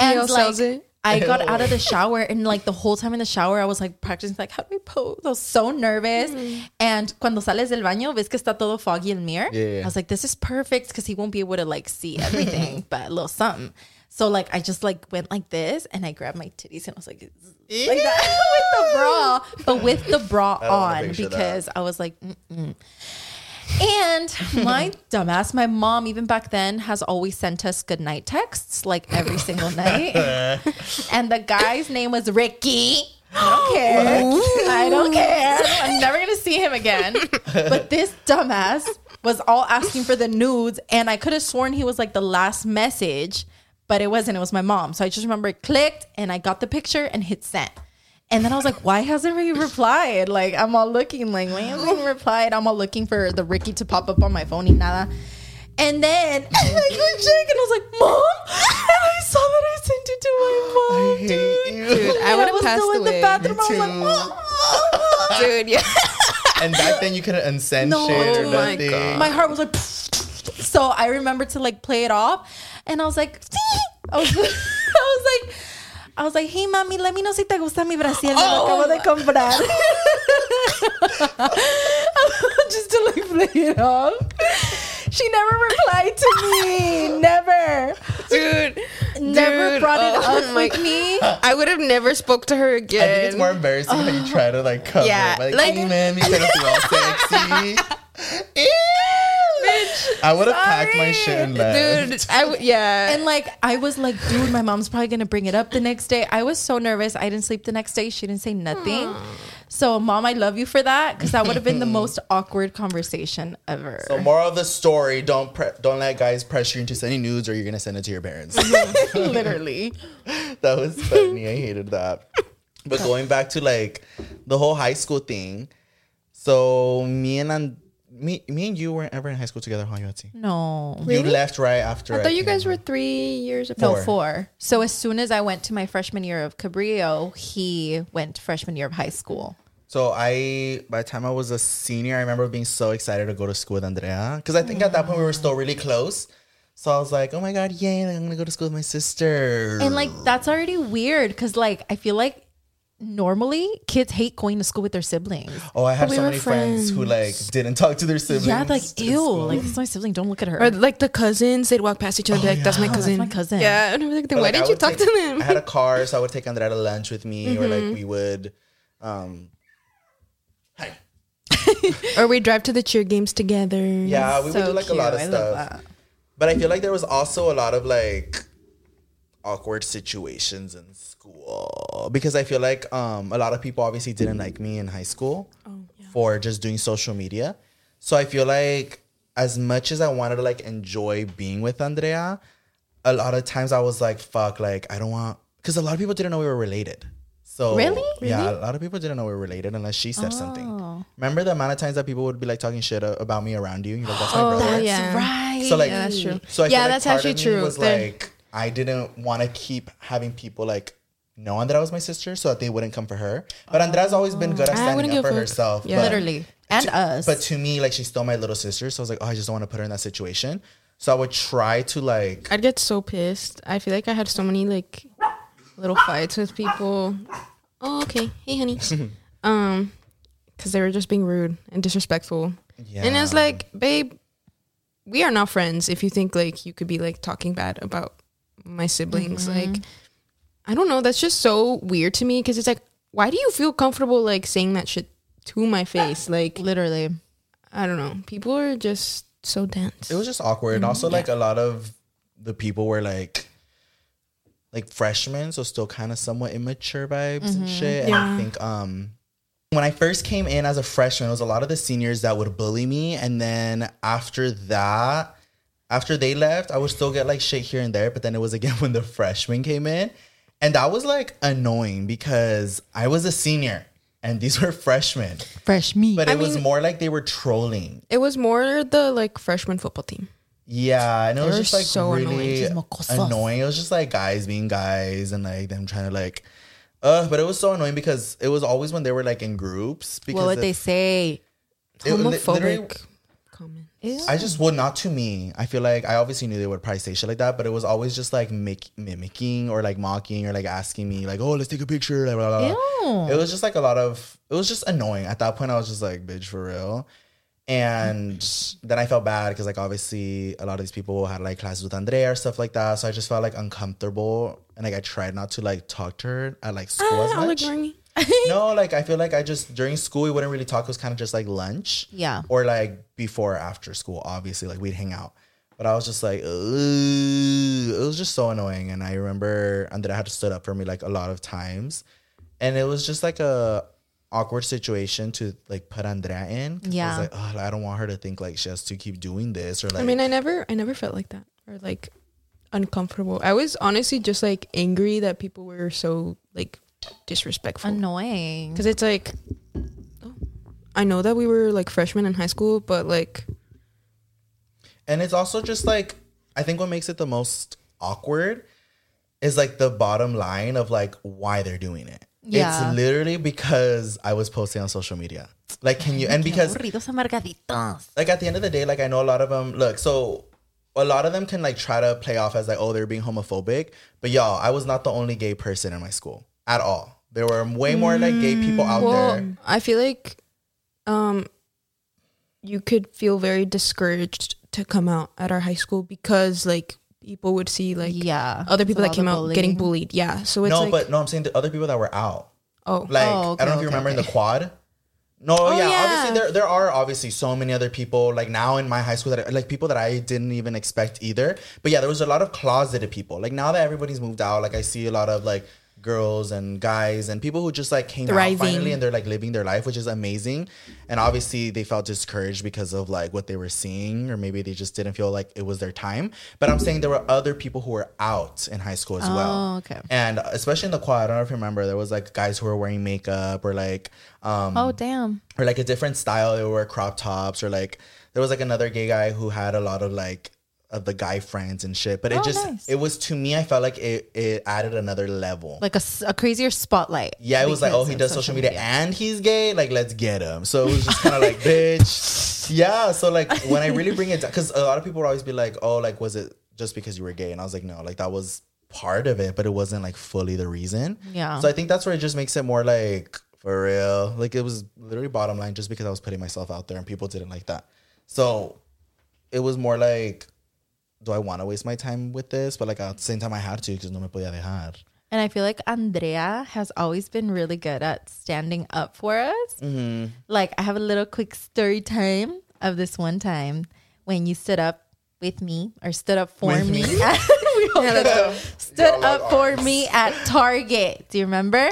S2: And
S3: He also
S2: like,
S3: sells it.
S2: I got out of the shower and like the whole time in the shower I was like practicing like how do we pose? I was so nervous.
S1: Mm.
S2: And cuando sales del baño ves que está todo foggy el mirror.
S1: Yeah.
S2: I was like this is perfect because he won't be able to like see everything but a little something. So like I just like went like this and I grabbed my titties and I was like like that with the bra but with the bra on
S1: picture that.
S2: because I was like mm-mm. And my dumbass, my mom, even back then, has always sent us goodnight texts like every single night. and the guy's name was Ricky. I don't care. I don't care. I'm never going to see him again. But this dumbass was all asking for the nudes. And I could have sworn he was like the last message, but it wasn't. It was my mom. So I just remember it clicked and I got the picture and hit sent. And then I was like, why hasn't he replied? Like, I'm all looking, like, why hasn't he replied? I'm all looking for the Ricky to pop up on my phone and nada. And then I go check and I was like, Mom, and I saw that I sent it to my mom.
S1: I hate you.
S3: Dude, I
S2: And
S3: would have
S2: was
S3: passed
S2: still in the
S3: away.
S2: bathroom. I was like,
S1: too.
S2: "Oh."
S3: Dude, yeah.
S1: And back then you couldn't unsend
S2: No,
S1: shit or
S2: oh
S3: my
S1: nothing.
S3: God.
S2: my heart was like, so I remember to like play it off, and I was like, "Sí." I was, I was like, I was like, hey mami, let me know si te gusta mi brasier, me
S3: Oh
S2: lo acabo de comprar. Just to like play it off. She never replied to me. Never.
S3: Dude.
S2: Never
S3: Dude,
S2: brought it
S3: oh
S2: up
S3: my-
S2: with me.
S3: I would have never spoke to her again.
S1: I think it's more embarrassing how you try to like cover
S3: Yeah,
S1: it. But, like,
S3: like-
S1: hey man, me kind of feel all sexy. Ew. I would have packed my shit and left.
S3: Dude, I would, yeah.
S2: And like I was like, dude, my mom's probably gonna bring it up the next day. I was so nervous. I didn't sleep the next day. She didn't say nothing. So, mom, I love you for that because that would have been the most awkward conversation ever.
S1: So moral of the story: don't pre- don't let guys pressure you into sending nudes, or you're gonna send it to your parents.
S2: Literally,
S1: that was funny. I hated that. But going back to like the whole high school thing, so me and An- me me and you weren't ever in high school together, huh, Yotzi?
S2: no,
S1: You left right after.
S3: I thought you
S1: came
S3: guys
S1: home.
S3: were three years apart.
S2: no four. So as soon as I went to my freshman year of Cabrillo, he went freshman year of high school.
S1: So I, by the time I was a senior, I remember being so excited to go to school with Andrea because I think at that point we were still really close. So I was like, "Oh my god, yay! Like, I'm gonna go to school with my sister."
S2: And like that's already weird because like I feel like normally kids hate going to school with their siblings.
S1: oh, I had
S3: But we
S1: so
S3: were
S1: many friends. who like didn't talk to their siblings.
S2: Yeah, like eh,
S1: in
S2: ew,
S1: school.
S2: like this is my sibling. Don't look at her.
S3: Or like the cousins, they'd walk past each other, be like, that's my cousin.
S2: my cousin.
S3: Yeah. And I'd be like, then
S1: Oh, But, like,
S3: why
S1: I
S3: didn't you
S1: would
S3: talk
S1: take-
S3: to them?
S1: I had a car, so I would take Andrea to lunch with me, or like we would. Um,
S3: or we drive to the cheer games together.
S1: yeah, we would
S2: so
S1: do like a lot of
S2: cute. I love
S1: stuff. But I feel like there was also a lot of like awkward situations in school because I feel like um, a lot of people obviously didn't like me in high school
S2: Oh,
S1: for just doing social media. So I feel like as much as I wanted to like enjoy being with Andrea, a lot of times I was like, "Fuck!" Like I don't want because a lot of people didn't know we were related. So
S2: Really? Oh.
S1: yeah, a lot of people didn't know we were related unless she said something. Remember the amount of times that people would be like talking shit a- about me around you? You're like, "That's my
S2: Oh,
S1: brother."
S3: That's yeah.
S2: Right.
S1: So like,
S3: that's true.
S1: So I
S3: Yeah,
S1: feel like
S3: that's
S1: part
S3: actually
S1: of me
S3: true.
S1: Was
S3: There-
S1: like, I didn't want to keep having people like knowing that I was my sister, so that they wouldn't come for her. But Andrea's always been good at standing
S3: Ah, wouldn't
S1: up
S3: give
S1: for
S3: a-
S1: herself.
S3: Yeah.
S1: but-
S2: literally and us
S1: But to me, like, she's still my little sister, so I was like, oh, I just don't want to put her in that situation. So I would try to like.
S3: I'd get so pissed. I feel like I had so many like little fights with people. Oh, okay. Hey, honey. um, because they were just being rude and disrespectful. And it's
S1: Yeah.
S3: like, babe, we are not friends. If you think like you could be like talking bad about my siblings, like, I don't know. That's just so weird to me because it's like, why do you feel comfortable like saying that shit to my face. Like
S2: Literally.
S3: I don't know. People are just so dense.
S1: It was just awkward. Also, like a lot of the people were like, like freshmen, so still kind of somewhat immature vibes and shit. And I think um, when I first came in as a freshman, it was a lot of the seniors that would bully me, and then after that. After they left, I would still get like shit here and there, but then it was again when the freshmen came in. And that was like annoying because I was a senior and these were freshmen.
S2: Fresh meat.
S1: But it was more like they were trolling.
S3: It was more the like freshman football team.
S1: Yeah, and it was
S3: They're
S1: just like
S3: so annoying.
S1: really
S2: These
S1: annoying.
S2: mocosos.
S1: It was just like guys being guys and like them trying to like, uh. But it was so annoying because it was always when they were like in groups. Because
S2: what would they
S1: if-
S2: say?
S1: it li- literally-
S3: Homophobic comment.
S1: I just would not to me. I feel like I obviously knew they would probably say shit like that, but it was always just like mic- mimicking or like mocking or like asking me like, "Oh, let's take a picture." Like, blah, blah, blah. It was just like a lot of. It was just annoying. At that point, I was just like, "Bitch, for real." And then I felt bad because like obviously a lot of these people had like classes with Andrea or stuff like that, so I just felt like uncomfortable and like I tried not to like talk to her at like school as
S3: Ah, I'll
S1: much.
S3: ignore me.
S1: No, like I feel like I just during school we wouldn't really talk. It was kind of just like lunch.
S2: Yeah.
S1: Or like before or after school, obviously, like we'd hang out. But I was just like, Ugh. it was just so annoying. And I remember Andrea had to stood up for me like a lot of times. And it was just like a awkward situation to like put Andrea in. 'Cause
S2: Yeah.
S1: I was like, oh, I don't want her to think like she has to keep doing this or like
S3: I mean, I never, I never felt like that or like uncomfortable. I was honestly just like angry that people were so like disrespectful.
S2: Annoying.
S3: Because it's like, oh, I know that we were like freshmen in high school, but like,
S1: And it's also just like I think what makes it the most awkward is like the bottom line of like why they're doing it.
S2: Yeah.
S1: It's literally because I was posting on social media. Like can you and because
S2: Aburridos amargaditos.
S1: like at the end of the day, like I know a lot of them. Look, so a lot of them can like try to play off as like, oh, they're being homophobic. But y'all, I was not the only gay person in my school at all. There were way more like gay people out
S2: Mm,
S1: there.
S3: well, I feel like, um, you could feel very discouraged to come out at our high school because like people would see like
S2: Yeah.
S3: other
S2: So
S3: people that
S2: all
S3: came
S2: the
S3: out getting
S2: bullying.
S3: bullied. Yeah, so it's
S1: No,
S3: like,
S1: but no, I'm saying the other people that were out.
S3: oh,
S1: Like
S2: Oh, okay,
S1: I don't know if
S2: okay,
S1: you remember in
S2: okay.
S1: the quad. No, yeah,
S3: yeah.
S1: Obviously, there there are obviously so many other people like now in my high school that like people that I didn't even expect either. But yeah, there was a lot of closeted people. Like now that everybody's moved out, like I see a lot of like girls and guys and people who just like came
S3: Thriving.
S1: out finally and they're like living their life, which is amazing. And obviously they felt discouraged because of like what they were seeing, or maybe they just didn't feel like it was their time. But I'm saying there were other people who were out in high school as well.
S2: Oh, okay.
S1: And especially in the quad, I don't know if you remember, there was like guys who were wearing makeup or like, um,
S2: Oh, damn.
S1: or like a different style. They were crop tops or like, there was like another gay guy who had a lot of like, of the guy friends and shit. But it
S2: Oh,
S1: just,
S2: nice.
S1: it was to me, I felt like it, it added another level.
S2: Like a, s- a crazier spotlight.
S1: yeah, it was like, oh,
S2: because
S1: he
S2: of
S1: does social media, and he's gay. Like, let's get him. So it was just kind of like, bitch. Yeah. So like, when I really bring it, because a lot of people would always be like, oh, like, was it just because you were gay? And I was like, no, like that was part of it, but it wasn't like fully the reason.
S2: Yeah.
S1: So I think that's where it just makes it more like for real. Like it was literally bottom line, just because I was putting myself out there and people didn't like that. So it was more like, do I want to waste my time with this? But like at the same time, I had to because no me podía dejar.
S2: And I feel like Andrea has always been really good at standing up for us.
S1: Mm-hmm.
S2: Like, I have a little quick story time of this one time when you stood up with me or stood up for
S1: With
S2: me.
S1: me?
S2: We all stood up for me at Target. Do you remember?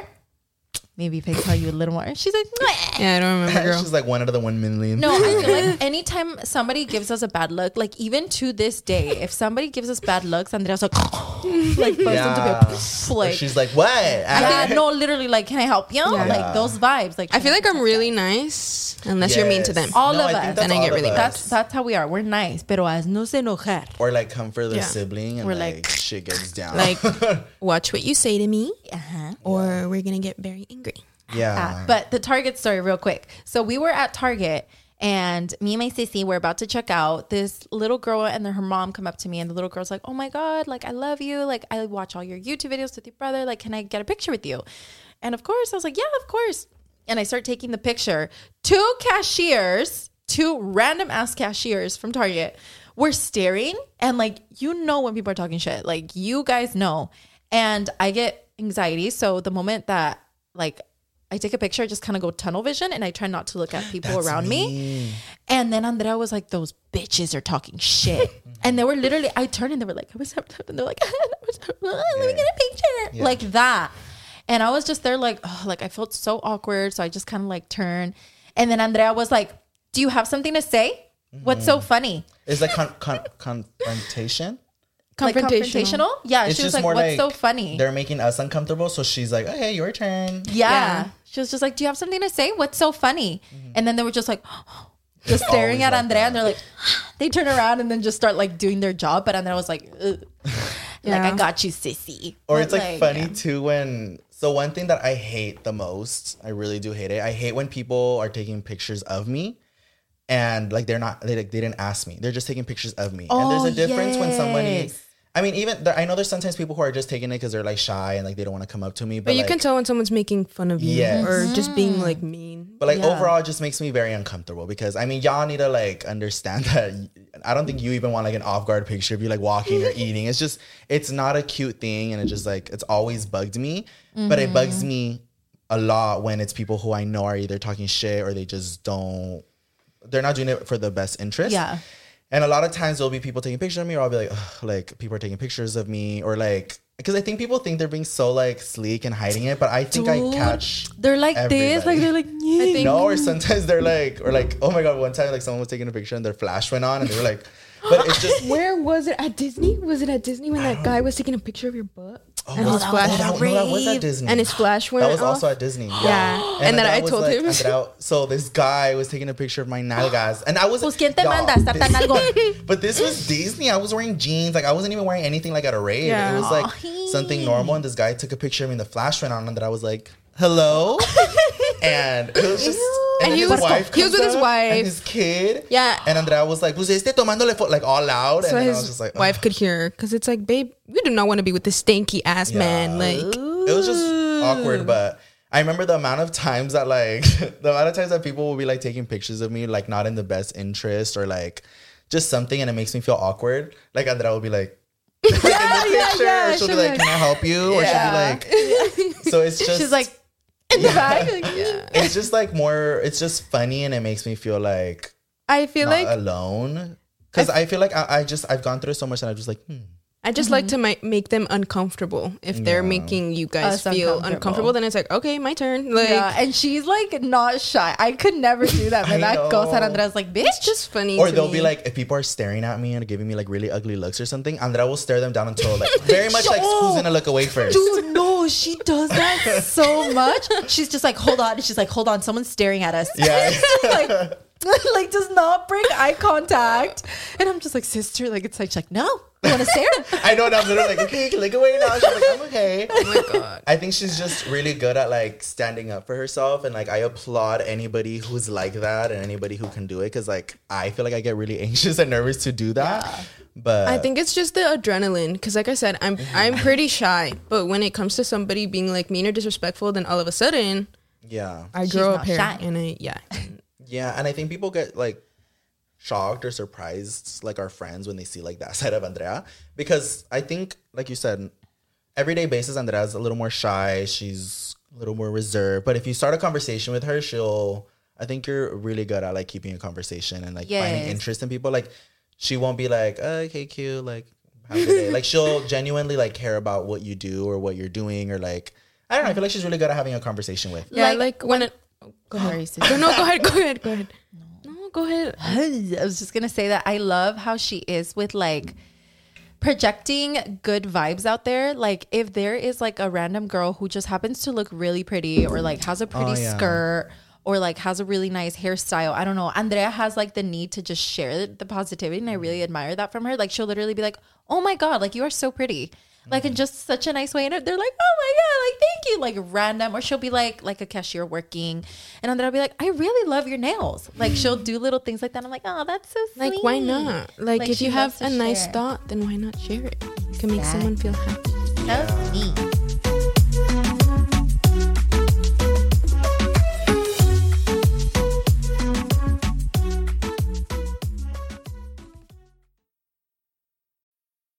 S2: Maybe if I tell you a little more. She's like, "Mwah."
S3: yeah, I don't remember, girl.
S1: She's like one out of the one million.
S2: No, I feel like anytime somebody gives us a bad look, like even to this day, if somebody gives us bad looks, Andrea's like, like, busts
S1: Yeah.
S2: into a,
S1: Or
S2: like,
S1: she's like, what? Ah,
S2: yeah, no, literally, like, can I help you?
S1: Yeah.
S2: Like those vibes. Like,
S3: I feel like I'm really nice unless you're mean to them.
S1: Yes.
S2: all
S1: No, I
S2: of
S1: think
S2: us,
S1: that's
S2: and I
S1: all
S2: get
S1: of
S2: really
S1: us.
S2: that's that's how we are. We're nice, pero as no se enojar.
S1: or like come for their
S3: Yeah.
S1: sibling and
S2: We're
S1: like,
S2: like-
S1: shit gets down.
S3: like watch what you say to me
S2: Uh-huh.
S3: or we're gonna get very angry
S1: yeah.
S3: ah.
S2: But the Target story, real quick. So we were at Target, and me and my sissy were about to check out. This little girl and then her mom come up to me, and the little girl's like, "Oh my god, like I love you, like I watch all your YouTube videos with your brother. Like, can I get a picture with you?" And of course, I was like, "Yeah, of course." And I start taking the picture. Two cashiers, two random ass cashiers from Target, were staring, and like you know when people are talking shit, like you guys know. And I get anxiety, so the moment that like I I take a picture, I just kind of go tunnel vision and I try not to look at people around me. And then Andrea was like, those bitches are talking shit.
S1: Mm-hmm.
S2: and they were literally, I turned and they were like, what's up? And they're like, what's up? let me get a picture. Like that. And I was just there like, oh, like I felt so awkward. So I just kind of like turned. And then Andrea was like, do you have something to say? What's
S1: Mm-hmm.
S2: so funny?
S1: It's like con- con- confrontation.
S2: Like confrontational? Yeah.
S1: It's
S2: she was
S1: just
S2: like,
S1: more
S2: what's
S1: like
S2: so funny?
S1: They're making us uncomfortable, so she's like, "Okay, your turn."
S2: Yeah. She was just like, Do you have something to say? What's so funny? And then they were just like, just staring at Andrea. And they're like, they turn around and then just start like doing their job. But Andrea was like, "Ugh." like, I got you, sissy.
S1: Or
S2: But,
S1: it's like, funny
S2: yeah.
S1: too when. So one thing that I hate the most, I really do hate it. I hate when people are taking pictures of me, and like they're not, they like they didn't ask me. They're just taking pictures of me. and there's a
S2: Oh,
S1: difference when somebody.
S2: yes.
S1: I mean, even there, I know there's sometimes people who are just taking it because they're like shy and like they don't want to come up to me. But,
S3: But you
S1: like-
S3: can tell when someone's making fun of you
S1: Yes.
S3: or just
S2: Mm.
S3: being like mean.
S1: But like overall, it just makes me very uncomfortable because I mean, y'all need to like understand that y- I don't think you even want like an off guard picture of you like walking or eating. It's just it's not a cute thing, and it just like it's always bugged me. But it
S2: Mm-hmm.
S1: bugs me a lot when it's people who I know are either talking shit or they just don't. They're not doing it for the best interest.
S2: Yeah.
S1: And a lot of times there'll be people taking pictures of me, or I'll be like, "Ugh," like people are taking pictures of me, or like because I think people think they're being so like sleek and hiding it, but I think I
S2: Dude,
S1: catch
S2: They're like this. Like,
S1: everybody.
S2: they're like, I think
S1: no, or sometimes they're like, or like, oh my god, one time like someone was taking a picture and their flash went on and they were like, but it's just
S3: Where was it at Disney? Was it at Disney when that guy was taking a picture of your butt and
S1: oh,
S3: his
S1: that,
S3: flash
S1: oh, that, no, that was at Disney
S3: and his flash went
S1: That was
S3: off?
S1: also at Disney. Yeah.
S3: Yeah. And then
S1: that
S3: I
S1: was,
S3: told him.
S1: and that- so this guy was taking a picture of my nalgas. And I was
S2: Pues, ¿quién te
S1: Y'all,
S2: manda? Está tan
S1: this-
S2: algo.
S1: But this was Disney. I was wearing jeans. Like I wasn't even wearing anything like at a rave. It
S3: Yeah.
S1: was like something normal. And this guy took a picture of me and the flash went on and that I was like, hello. and it was just
S3: And
S1: then
S3: he
S1: his
S3: was- he was
S1: comes
S3: with
S1: up
S3: his
S1: And
S3: wife.
S1: his kid.
S3: Yeah.
S1: And Andrea was like, pues este tomándole fo-, like all loud.
S3: so
S1: and then I
S3: his
S1: was just like,
S3: wife
S1: ugh.
S3: could hear because it's like, babe, you do not want to be with this stanky ass man. Like,
S1: it was just awkward but i remember the amount of times that like the amount of times that people will be like taking pictures of me like not in the best interest or like just something and it makes me feel awkward like andrea will be like yeah, yeah, yeah, she'll be like can i help you or she'll be like so it's just
S2: she's like, in the back. Like,
S1: it's just like more it's just funny and it makes me feel like
S3: I feel
S1: not
S3: like
S1: alone because I, feel like I, I just i've gone through so much and i'm just like hmm.
S3: I just like to mi- make them uncomfortable. If they're making you guys
S2: Us
S3: feel
S2: uncomfortable.
S3: uncomfortable. then it's like, okay, my turn. Like,
S2: yeah. And she's like, not shy. I could never do that.
S1: I
S2: But that goes
S1: know.
S2: and Andrea's like, bitch,
S3: it's just funny.
S1: Or
S3: to
S1: they'll
S3: me.
S1: be like, if people are staring at me and giving me like really ugly looks or something, Andrea will stare them down until like very much like who's gonna look away first.
S2: Dude, no, she does that so much. She's just like, hold on. She's like, hold on, someone's staring at us.
S1: Yeah.
S2: like, like does not break eye contact. And I'm just like, sister, like it's like she's like, no, I want to stare.
S1: I know, and I'm literally like, okay, you can look away now. She's like, I'm okay. Oh my god. I think she's just really good at like standing up for herself, and like I applaud anybody who's like that and anybody who can do it because like I feel like I get really anxious and nervous to do that. But
S3: I think it's just the adrenaline because, like I said, I'm I'm pretty shy. But when it comes to somebody being like mean or disrespectful, then all of a sudden
S1: yeah,
S3: I grow
S2: not
S3: up here
S2: shy.
S3: and I yeah.
S1: yeah, and I think people get like shocked or surprised, like our friends, when they see like that side of Andrea. Because I think, like you said, everyday basis, Andrea's a little more shy. She's a little more reserved. But if you start a conversation with her, she'll. I think you're really good at like keeping a conversation and like finding
S2: Yes.
S1: interest in people. Like she won't be like, oh, okay, cute, like have a good day. like she'll genuinely like care about what you do or what you're doing or like. I don't know. I feel like she's really good at having a conversation with.
S3: Yeah,
S2: Like,
S3: like, when it, oh, go ahead. No, no, go ahead, go ahead, go ahead. No, go ahead.
S2: I was just gonna say that I love how she is with like projecting good vibes out there. Like if there is like a random girl who just happens to look really pretty or like has a pretty
S1: yeah.
S2: skirt or like has a really nice hairstyle. I don't know. Andrea has like the need to just share the positivity and I really admire that from her. Like she'll literally be like, "Oh my god, like you are so pretty." Like in just such a nice way, and they're like, "Oh my god, like thank you!" Like random, or she'll be like, like a cashier working, and Andrea will be like, "I really love your nails." Like she'll do little things like that. I'm like, "Oh, that's so sweet."
S3: Like, why not? Like,
S2: Like,
S3: if
S2: she
S3: you
S2: loves
S3: have
S2: to
S3: a nice
S2: share.
S3: thought, then why not share it? It can make someone feel happy.
S2: That was neat.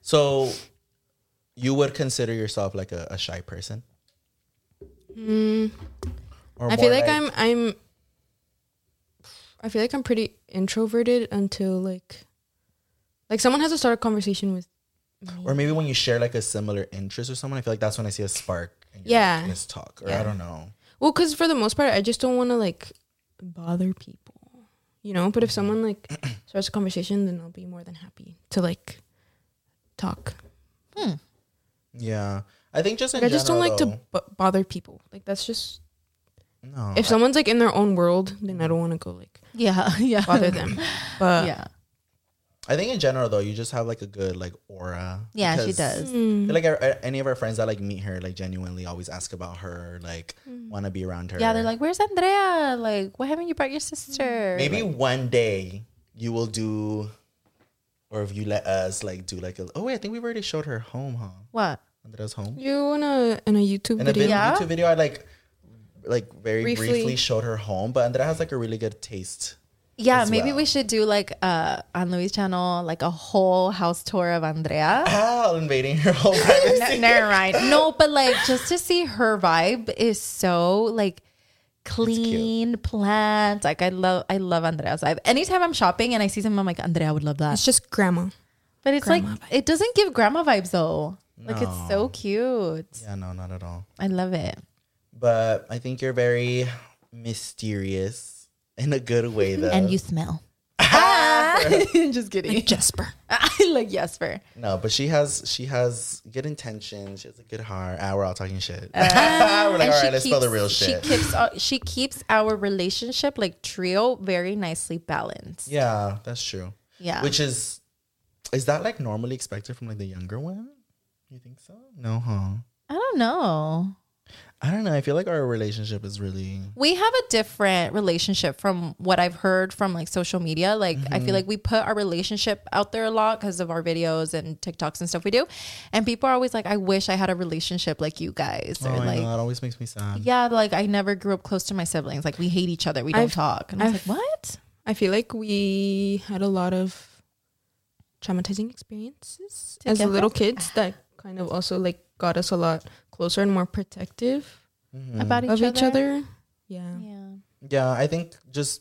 S1: So you would consider yourself like a, a shy person? Or
S3: Hmm. I
S1: more
S3: feel like, I'm I'm I feel like I'm pretty introverted until like like someone has to start a conversation with
S1: Or maybe when you share like a similar interest with someone, I feel like that's when I see a spark. In your,
S3: Yeah.
S1: in this talk, or I
S3: Yeah.
S1: don't know.
S3: well cuz for the most part I just don't want to like bother people. You know,
S1: Mm-hmm.
S3: but if someone like starts a conversation then I'll be more than happy to like talk.
S1: Yeah, I think just in
S3: Like I just don't
S1: general,
S3: like to b- bother people. Like that's just
S1: though, no.
S3: if someone's like in their own world then I don't want to go like
S2: Yeah, yeah.
S3: bother them. But
S2: yeah.
S1: I think in general though, you just have like a good like aura.
S2: Yeah, she
S1: because
S2: does.
S1: I feel Like our- our- any of our friends that like meet her, like genuinely always ask about her, like
S3: Hmm.
S1: want to be around her.
S2: Yeah, they're like, "Where's Andrea? Like, why haven't you brought your sister?"
S1: maybe one day you will do, or if you let us like do like a. Oh wait, I think we've already showed her home, huh?
S2: what?
S1: Andrea's home.
S3: you in a in a YouTube
S1: In a
S3: video
S1: vid-
S2: Yeah.
S1: YouTube video, I like like very briefly.
S3: Briefly.
S1: showed her home, but Andrea has like a really good taste.
S2: Yeah,
S1: as
S2: maybe
S1: well.
S2: we should do like uh on Louis' channel, like a whole house tour of Andrea.
S1: Al invading her home.
S2: Ne- never mind. No, but like just to see her vibe is so like clean, planned. Like I love, I love Andrea's vibe. Anytime I'm shopping and I see something, I'm like, Andrea would love
S3: It's
S2: that.
S3: just grandma.
S2: But it's like it doesn't give grandma vibes though. Like it's so cute.
S1: yeah, no, not at all.
S2: I love it.
S1: But I think you're very mysterious in a good way, though.
S2: And you smell. just kidding.
S3: Jesper.
S2: I like Jesper.
S1: No, but she has she has good intention. She has a good heart. Ah, we're all talking shit. we're like, all right, let's spell the real
S2: she
S1: shit.
S2: keeps uh, she keeps our relationship like trio very nicely balanced.
S1: Yeah, that's true.
S2: Yeah.
S1: Which is is that like normally expected from like the younger women? You think so? No, huh?
S2: I don't know.
S1: I don't know. I feel like our relationship is really
S2: We have a different relationship from what I've heard from like social media. Like I
S1: Mm-hmm.
S2: feel like we put our relationship out there a lot because of our videos and TikToks and stuff we do. And people are always like, I wish I had a relationship like you guys.
S1: Oh,
S2: or
S1: I
S2: like
S1: know, that always makes me sad.
S2: Yeah, like I never grew up close to my siblings. Like we hate each other. We don't
S3: I've-
S2: talk. And I was
S3: I've-
S2: like, What?
S3: I feel like we had a lot of traumatizing experiences as
S2: Together?
S3: little kids that kind of also like got us a lot closer and more protective
S2: About each
S3: of
S2: other.
S3: each other. Yeah.
S2: Yeah.
S1: Yeah, I think just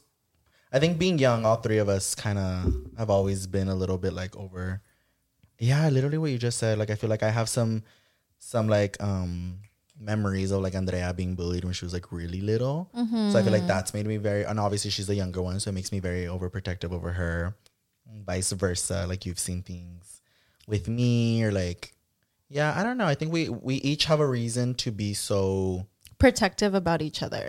S1: I think being young, all three of us kind of have always been a little bit like over. Yeah, literally what you just said. Like I feel like I have some some like um memories of like Andrea being bullied when she was like really little. So I feel like that's made me very and obviously she's the younger one, so it makes me very overprotective over her. And Vice versa, like you've seen things with me or like yeah, I don't know. I think we we each have a reason to be so
S2: Protective about each other.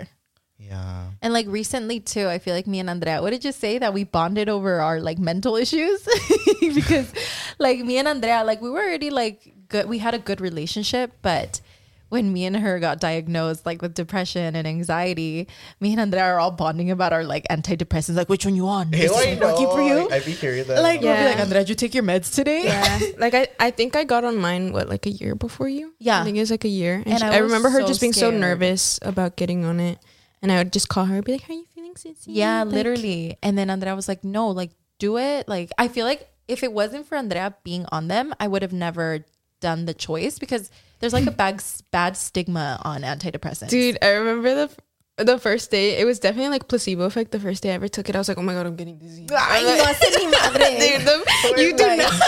S1: yeah.
S2: And like recently too, I feel like me and Andrea, what did you say that we bonded over our like mental issues? because like me and Andrea, like we were already like good, we had a good relationship, but when me and her got diagnosed like with depression and anxiety, me and Andrea are all bonding about our like antidepressants, like which one you on? Is
S1: I
S2: this one working for you?
S1: know. I- I'd be curious. I
S2: like
S1: don't know.
S2: we'll be
S3: Yeah.
S2: like Andrea, did you take your meds today?
S3: Yeah. like I, I think I got on mine what like a year before you.
S2: Yeah.
S3: I think it was like a year. And,
S2: And
S3: she-
S2: I
S3: I,
S2: was
S3: remember her
S2: so
S3: just being so
S2: scared.
S3: nervous about getting on it. And I would just call her and be like, How are you feeling, Sissy?
S2: Yeah,
S3: Like,
S2: literally. And then Andrea was like, no, like, do it. Like, I feel like if it wasn't for Andrea being on them, I would have never done the choice because there's like a bad, bad stigma on antidepressants.
S3: Dude, I remember the f- the first day, it was definitely like placebo effect. The first day I ever took it, I was like, Oh my god, I'm getting dizzy.
S2: Ay, no hace ni madre.
S3: Dude, the- you do
S2: Like,
S3: not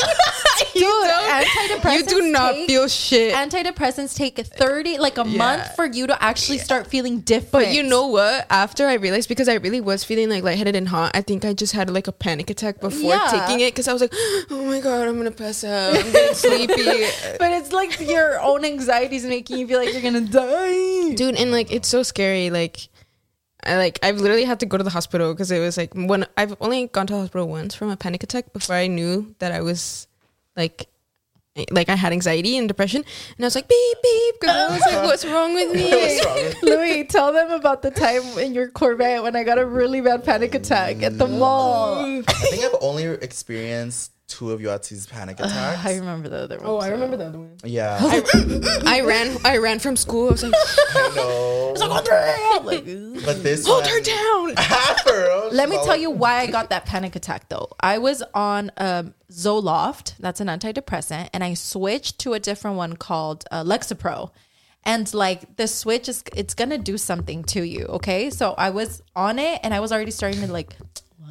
S2: Dude, antidepressants.
S3: you do not
S2: take-
S3: feel shit.
S2: Antidepressants take 30, like a month for you to actually start feeling different.
S3: but you know what? After I realized because I really was feeling like lightheaded and hot, I think I just had like a panic attack before
S2: Yeah.
S3: taking it because I was like, "Oh my god, I'm gonna pass out. I'm getting sleepy."
S2: But it's like your own anxieties making you feel like you're gonna die.
S1: me.
S3: dude and like it's so scary like I, like i've literally had to go to the hospital because it was like when i've only gone to the hospital once from a panic attack before i knew that i was like like i had anxiety and depression and i was like beep beep because i was like what's wrong with me
S2: Louis, tell them about the time in your Corvette when I got a really bad panic attack at the mall.
S1: I think I've only experienced two of Yuatsu's panic attacks.
S2: Uh, I remember the other one. Oh, I remember that.
S1: yeah. I
S3: i ran i ran from school i was like
S1: know. But this
S3: hold
S1: one, Ah,
S3: her down
S1: Girl,
S2: Let me
S1: she's
S2: tell
S1: all-
S2: you why I got that panic attack though. I was on um, Zoloft, that's an antidepressant, and I switched to a different one called uh, Lexapro. And like the switch is, it's gonna do something to you, okay? So I was on it and I was already starting to like,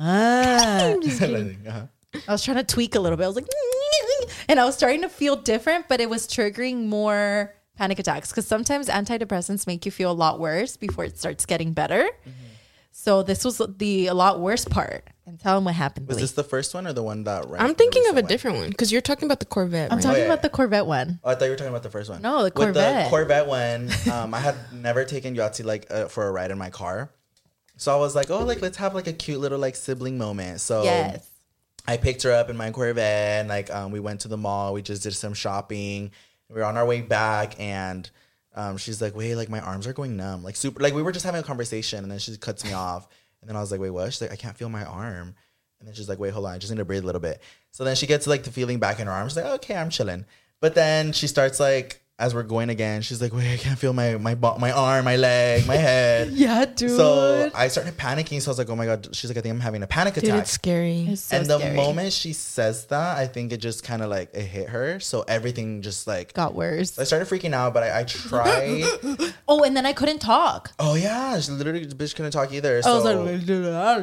S2: what?
S1: Uh-huh.
S2: I was trying to tweak a little bit. I was like, and I was starting to feel different, but it was triggering more panic attacks because sometimes antidepressants make you feel a lot worse before it starts getting better. So this was the a lot worse part. And tell him what happened.
S1: Was
S2: Lee.
S1: this the first one or the one that ran?
S3: i'm thinking of a different one because you're talking about the corvette
S2: I'm
S3: right?
S2: talking
S1: yeah.
S2: about the Corvette one.
S1: Oh, I thought you were talking about the first one.
S2: No, the
S1: With the
S2: Corvette.
S1: Corvette one, um, I had never taken Yahtzee like uh, for a ride in my car, so I was like, oh, like let's have like a cute little like sibling moment. So
S2: Yes.
S1: I picked her up in my Corvette, and like um, we went to the mall. We just did some shopping. We were on our way back, and um, she's like, "Wait, like my arms are going numb, like super." Like we were just having a conversation, and then she cuts me off, and then I was like, "Wait, what?" She's like, "I can't feel my arm," and then she's like, "Wait, hold on, I just need to breathe a little bit." So then she gets like the feeling back in her arm. She's like, "Okay, I'm chilling," but then she starts like. As we're going again, she's like, "Wait, I can't feel my my bo- my arm, my leg, my head."
S2: Yeah, dude.
S1: So I started panicking. So I was like, "Oh my god!" She's like, "I think I'm having a panic
S3: dude
S1: attack."
S3: it's scary
S2: It's so
S1: and the
S2: scary.
S1: moment she says that, I think it just kind of like it hit her. So everything just like
S2: got worse.
S1: I started freaking out, but I, I tried.
S2: Oh, and then I couldn't talk.
S1: oh yeah, she literally the bitch couldn't talk either. So
S2: I was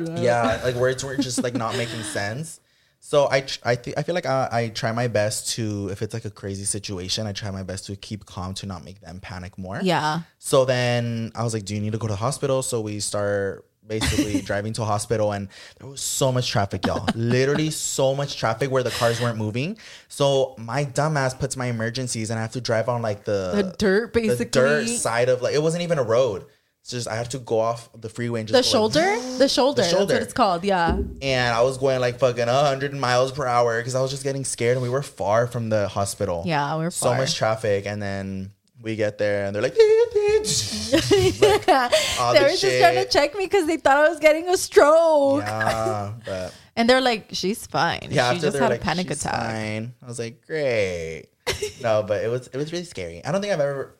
S2: like,
S1: yeah, like words were just like not making sense. So I tr- I thi- I feel like I, I try my best to if it's like a crazy situation, I try my best to keep calm to not make them panic more.
S2: yeah.
S1: So then I was like, "Do you need to go to the hospital?" So we start basically driving to a hospital, and there was so much traffic, y'all. Literally so much traffic where the cars weren't moving. So my dumbass puts my emergencies, and I have to drive on like
S2: The
S1: the
S2: dirt, basically.
S1: the dirt side of like it wasn't even a road. It's just I have to go off the freeway and just
S2: The
S1: go, like,
S2: shoulder, the shoulder, that's
S1: shoulder.
S2: what it's called. Yeah,
S1: and I was going like fucking 100 miles per hour because I was just getting scared and we were far from the hospital.
S2: Yeah, we were
S1: so
S2: far.
S1: much traffic. And then we get there and they're like, like all
S2: they were
S1: this
S2: just trying to
S1: shit.
S2: check me because they thought I was getting a stroke.
S1: Yeah, but
S2: And they're like, she's fine.
S1: yeah,
S2: she
S1: after
S2: just
S1: they were
S2: had
S1: like,
S2: a panic
S1: "She's
S2: attack.
S1: fine." I was like, great. no, but it was it was really scary. I don't think I've ever.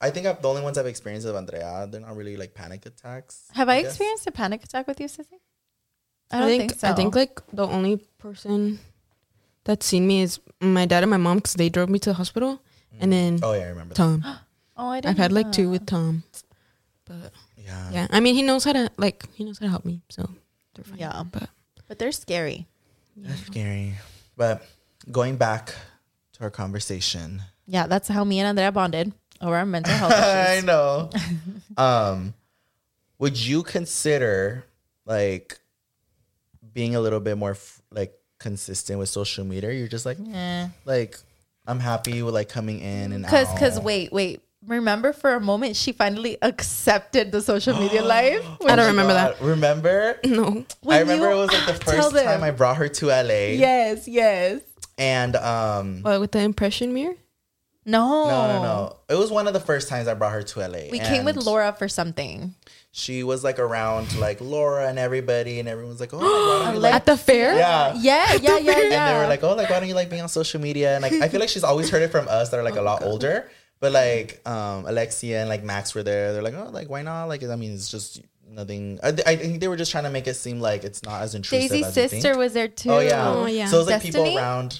S1: I think I've, the only ones I've experienced of Andrea, they're not really like panic attacks.
S2: Have I
S1: guess.
S2: experienced a panic attack with you, Sissy? I
S3: I
S2: don't
S3: think, I think like the only person that's seen me is my dad and my mom because they drove me to the hospital, and then
S1: Oh yeah, I remember. That.
S3: Tom.
S2: oh, I didn't
S3: I've had
S2: know
S3: like two
S2: that.
S3: with Tom, but
S1: Yeah.
S3: yeah, I mean he knows how to like he knows how to help me, so they're fine.
S2: Yeah.
S3: but
S2: but they're scary.
S1: That's scary. But going back to our conversation,
S2: Yeah, that's how me and Andrea bonded over our mental health
S1: I
S2: issues.
S1: know. um, would you consider like being a little bit more f- like consistent with social media? You're just like, eh, like I'm happy with like coming in and
S2: Because,
S1: out. Oh
S2: because, wait, wait. Remember, for a moment, she finally accepted the social media life.
S3: I don't remember that.
S1: Remember?
S3: No,
S1: I
S2: Mm-hmm. When
S1: remember
S2: you-
S1: it was like the
S2: Tell
S1: first time
S2: them.
S1: I brought her to LA.
S2: Yes, yes.
S1: And um,
S3: what with the impression mirror?
S2: No,
S1: no, no, no. It was one of the first times I brought her to LA.
S2: Oh. We came with
S1: and-
S2: Laura for something.
S1: she was like around like Laura and everybody, and everyone's like, oh, why don't you like?
S3: At the fair?
S1: Yeah.
S2: Yeah, yeah, yeah, yeah.
S1: And they were like, oh, like why don't you like being on social media? And like I feel like she's always heard it from us that are like a lot older, but like um Alexia and like Max were there. They're like, oh, like why not? Like I mean, it's just nothing. I, I think they were just trying to make it seem like it's not as intrusive.
S2: Daisy's
S1: as you think.
S2: sister was there too.
S1: Oh yeah.
S3: Oh, yeah.
S1: So it was like people
S2: Destiny?
S1: around.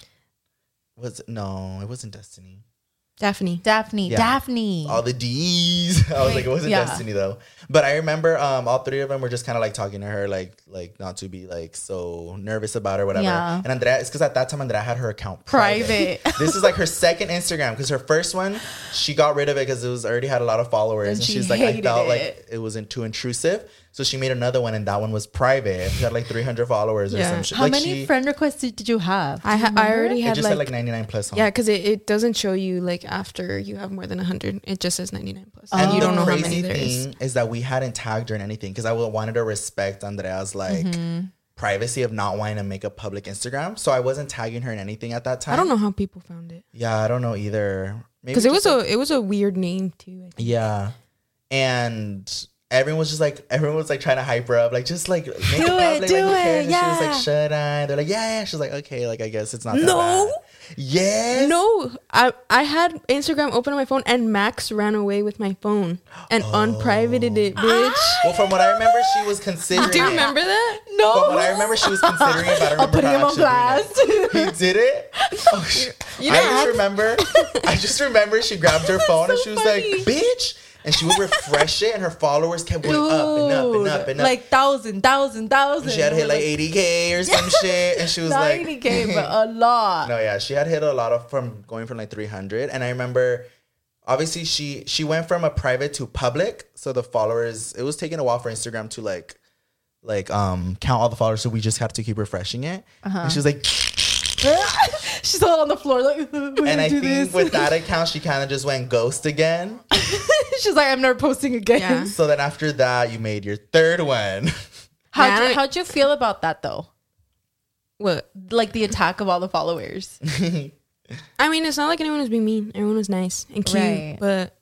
S1: Was no, it wasn't Destiny.
S3: Daphne.
S2: Daphne,
S1: Yeah.
S2: Daphne.
S1: all the D's. I was like, it wasn't
S2: yeah.
S1: Destiny though. But I remember um, all three of them were just kind of like talking to her, like like not to be like so nervous about or whatever.
S2: Yeah.
S1: And Andrea, it's because at that time Andrea had her account private.
S2: Private.
S1: this is like her second Instagram because her first one she got rid of it because it was already had a lot of followers and,
S2: she
S1: she's like, I
S2: hated
S1: felt like
S2: it.
S1: it wasn't too intrusive. So she made another one and that one was private. She had like 300 followers or
S3: Yeah.
S1: some shit.
S2: How
S1: like
S2: many
S1: she,
S2: friend requests did you have?
S3: I ha- I already
S1: it
S3: had
S1: just
S3: like,
S1: had like 99 plus on.
S3: yeah, because it, it doesn't show you like after you have more than 100. It just says 99 plus.
S1: And
S3: you
S1: the
S3: don't know how
S1: Oh, crazy
S3: many there is.
S1: thing is that we hadn't tagged her in anything because I wa- wanted to respect Andrea's like
S3: Mm-hmm.
S1: privacy of not wanting to make a public Instagram. So I wasn't tagging her in anything at that time.
S3: I don't know how people found it.
S1: Yeah, I don't know either. Maybe
S3: Because it was
S1: just, like-
S3: a it was a weird name too. I think.
S1: yeah, and everyone was just like everyone was like trying to hype her up, like just like make do it,
S2: it,
S1: like,
S2: do
S1: who cares? And
S2: it,
S1: She was
S2: yeah.
S1: like, should I? They're like, yeah, yeah. She's like, okay, like I guess it's not. that bad." Yes.
S3: No, I I had Instagram open on my phone and Max ran away with my phone and unprivated
S1: Oh.
S3: it, bitch.
S1: Well, from what I remember, she was considering.
S3: Do you
S1: it.
S3: remember that?
S1: From what I remember, she was considering it, but I
S2: Oh. I'll
S1: remember
S2: put
S1: her
S2: him on
S1: actually doing it. He did it. Oh, sh- I just remember. I just remember she grabbed her phone and she was like, "Bitch!" And she would refresh it, and her followers kept going up and up and up and up.
S2: Like thousand, thousand, thousand.
S1: she had hit like 80k or some shit, and she was like,
S2: 90k, but a lot.
S1: no, yeah, she had hit a lot of from going from like 300, and I remember obviously she she went from a private to public, so the followers it was taking a while for Instagram to like like um count all the followers, so we just have to keep refreshing it.
S3: Uh-huh.
S1: And she was like,
S2: She's all on the floor like,
S1: and I
S2: do
S1: think
S2: this.
S1: with that account, she kind of just went ghost again.
S2: She's like, I'm never posting again.
S3: Yeah.
S1: so then after that, you made your third one.
S2: How'd,
S3: Yeah, I-
S2: you, how'd you feel about that though?
S3: What?
S2: Like the attack of all the followers.
S3: I mean, it's not like anyone was being mean. Everyone was nice and cute,
S2: Right.
S3: but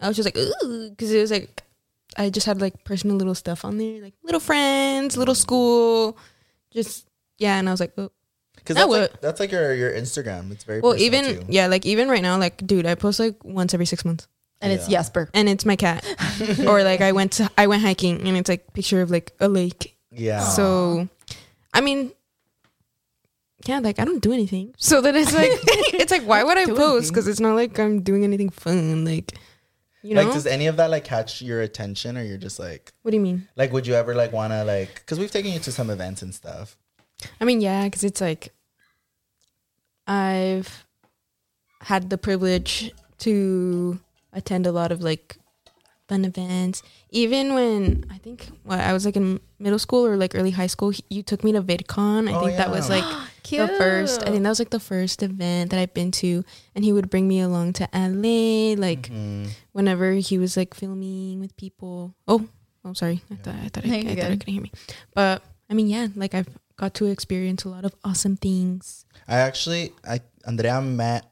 S3: I was just like, ooh, because it was like I just had like personal little stuff on there, like little friends, little school, just yeah. And I was like, oh.
S1: Because
S3: I
S1: that's,
S3: would.
S1: like, that's like your your Instagram. It's very
S3: well,
S1: personal
S3: even
S1: too.
S3: yeah, like even right now, like dude, I post like once every six months.
S2: And it's Jesper.
S3: and it's my cat or like i went to i went hiking and it's like picture of like a lake
S1: yeah.
S3: so i mean yeah like i don't do anything so then it's like it's like why would i post because it's not like i'm doing anything fun like you know
S1: like, does any of that like catch your attention, or you're just like,
S3: what do you mean
S1: like, would you ever like wanna like? Because we've taken you to some events and stuff.
S3: i mean yeah because it's like i've had the privilege to attend a lot of like fun events. Even when I think what I was like in middle school or like early high school, he- you took me to VidCon. I
S1: Oh,
S3: think that was
S1: yeah.
S3: like the first. I think that was like the first event that I've been to, and he would bring me along to LA. Like
S1: Mm-hmm.
S3: whenever he was like filming with people. Oh, I'm sorry. I thought I thought I,
S2: No,
S3: I
S2: you're
S3: thought I
S2: good.
S3: couldn't hear me. But I mean, yeah, like I've got to experience a lot of awesome things.
S1: I actually, I Andrea met.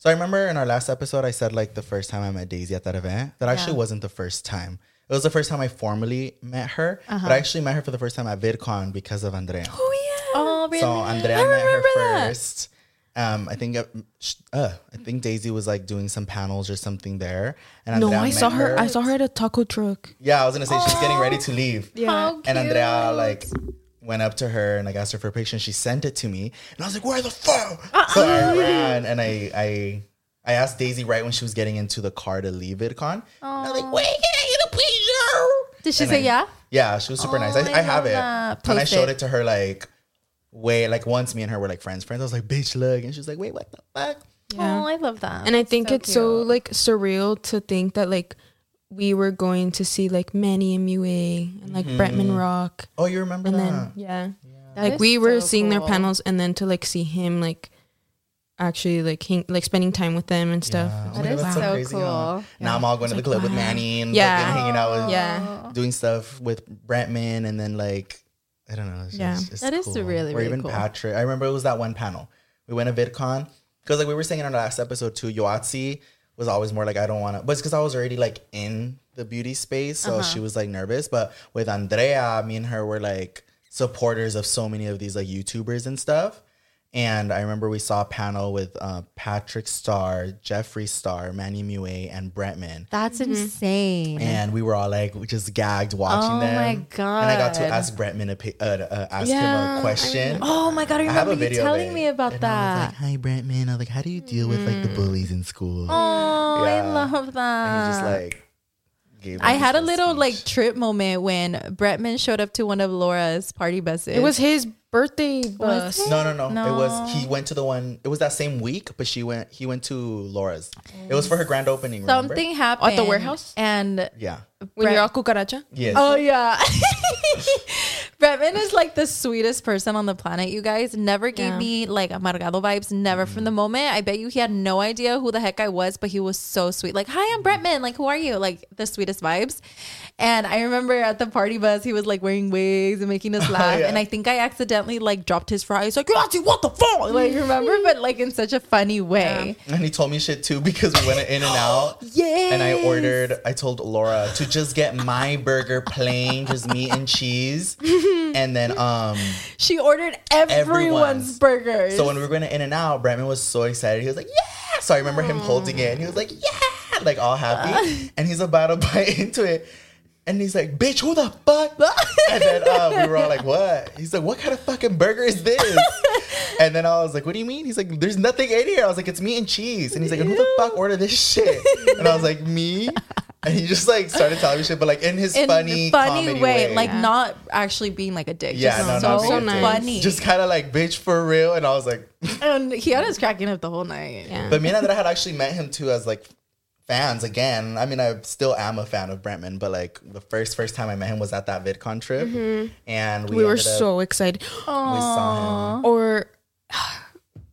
S1: So I remember in our last episode, I said like the first time I met Daisy at that event. That actually wasn't the first time. It was the first time I formally met her.
S3: Uh-huh.
S1: But I actually met her for the first time at VidCon because of Andrea.
S2: Oh, really?
S1: So Andrea met her first. Um, I think uh, sh- uh, I think Daisy was like doing some panels or something there. And
S3: No,
S1: Andrea
S3: I
S1: met
S3: saw her. I saw her at a taco truck.
S1: Yeah, I was gonna say she's getting ready to leave. Yeah.
S2: Oh, How cute.
S1: And Andrea like went up to her and like asked her for a picture and she sent it to me and I was like, Where the fuck? So
S2: Uh-uh.
S1: I ran and I I I asked Daisy right when she was getting into the car to leave VidCon. And I was like, wait, can I get a picture?
S2: Did she
S1: And
S2: say
S1: I-
S2: yeah?
S1: Yeah, she was super nice.
S2: Oh, I
S1: I, I have
S2: love
S1: it.
S2: that.
S1: And I
S2: Post
S1: showed
S2: it.
S1: it to her like way like once me and her were like friends, friends. I was like, bitch, look. And she was like, wait, what the fuck?
S2: Oh, I love that.
S3: and I think it's so like surreal to think that like we were going to see like Manny MUA and like Bretman Rock
S1: Oh, you remember
S3: and
S1: that?
S3: then yeah,
S2: That
S3: like
S2: is
S3: we were
S2: so
S3: seeing their
S2: cool.
S3: panels and then to like see him like actually like hang, like spending time with them and stuff.
S1: Yeah.
S2: That
S1: Oh my
S2: is
S1: God,
S2: so
S1: huh?
S2: cool.
S1: Now I'm all going to the club with Manny and
S3: Yeah.
S1: fucking hanging out with
S3: Yeah.
S1: doing stuff with Brentman and then like I don't know. It's
S3: Yeah.
S1: just, it's
S2: That is really,
S1: or
S2: really
S1: even
S2: cool.
S1: Patrick. I remember it was that one panel. We went to VidCon because like we were saying in our last episode too, Yoatsi was always more like I don't want to, but it's because I was already like in the beauty space, so
S2: Uh-huh.
S1: she was like nervous. But with Andrea, me and her were like supporters of so many of these like YouTubers and stuff. And I remember we saw a panel with uh, Patrick Starr, Jeffree Star, Manny Muay, and Bretman
S2: That's insane.
S1: and we were all like just gagged watching
S2: Mm-hmm. Oh
S1: them.
S2: my
S1: And I got to
S2: God.
S1: ask Bretman a pi- uh, uh, ask
S3: Yeah,
S1: him
S3: I
S1: a question.
S2: oh my god, I
S1: I have
S2: remember
S1: a
S2: you
S1: video of
S2: telling
S1: it.
S2: me about
S1: And I was
S2: that. Mm.
S1: like, "Hi, Bretman." I was like, "How do you deal with like the bullies in school?"
S2: oh,
S1: Yeah.
S2: I love
S1: And he
S2: that.
S1: just like gave.
S2: I
S1: him
S2: had a
S1: this
S2: little
S1: speech.
S2: like trip moment when Bretman showed up to one of Laura's party buses.
S3: It was his birthday bus.
S1: No, no, no, It was he went to the one. It was that same week, but she went. He went to Laura's. It was for her grand opening. remember?
S2: something happened
S3: warehouse?
S2: and
S1: Yeah.
S3: When you're all cucaracha.
S1: Yes.
S2: oh yeah. Brevin is like the sweetest person on the planet, you guys. Never gave me like amargado vibes, never from the moment. I bet you he had no idea who the heck I was, but he was so sweet. Like, hi, I'm Bretman. Like, who are you? Like, the sweetest vibes. And I remember at the party bus, he was like wearing wigs and making us laugh. And I think I accidentally like dropped his fries. Like, Gracie, what the fuck? Like, remember? But like in such a funny way.
S1: And he told me shit too because we went in and out.
S2: Yes.
S1: And I ordered, I told Laura to just get my burger plain, just meat and cheese. And then um
S2: She ordered everyone's,
S1: Everyone's.
S2: burgers.
S1: so when we were going to In and Out, Brentman was so excited. He was like, Yeah. So I remember him holding it and he was like, Yeah, like all
S2: Uh.
S1: happy. And he's about to bite into it. And he's like, bitch, who the fuck? and then uh, we were all like, what? He's like, what kind of fucking burger is this? and then I was like, what do you mean? He's like, there's nothing in here. I was like, it's meat and cheese. And he's like, who the fuck ordered this shit? and I was like, me? And he just like started telling me shit, but like in his
S2: in
S1: funny,
S2: funny,
S1: comedy
S2: funny way,
S1: way.
S2: like not actually being like a dick.
S1: yeah,
S2: just
S1: no, no,
S2: so
S1: being a dick.
S2: funny.
S1: Just kind of like, bitch, for real. And I was like,
S2: and he had us cracking up the whole night.
S3: Yeah.
S1: But me and Andrea had actually met him too as like fans again. I mean, I still am a fan of Brentman, but like the first first time I met him was at that VidCon trip, and we,
S3: Mm-hmm. we were
S1: ended up-
S3: so excited.
S1: we saw him.
S3: Or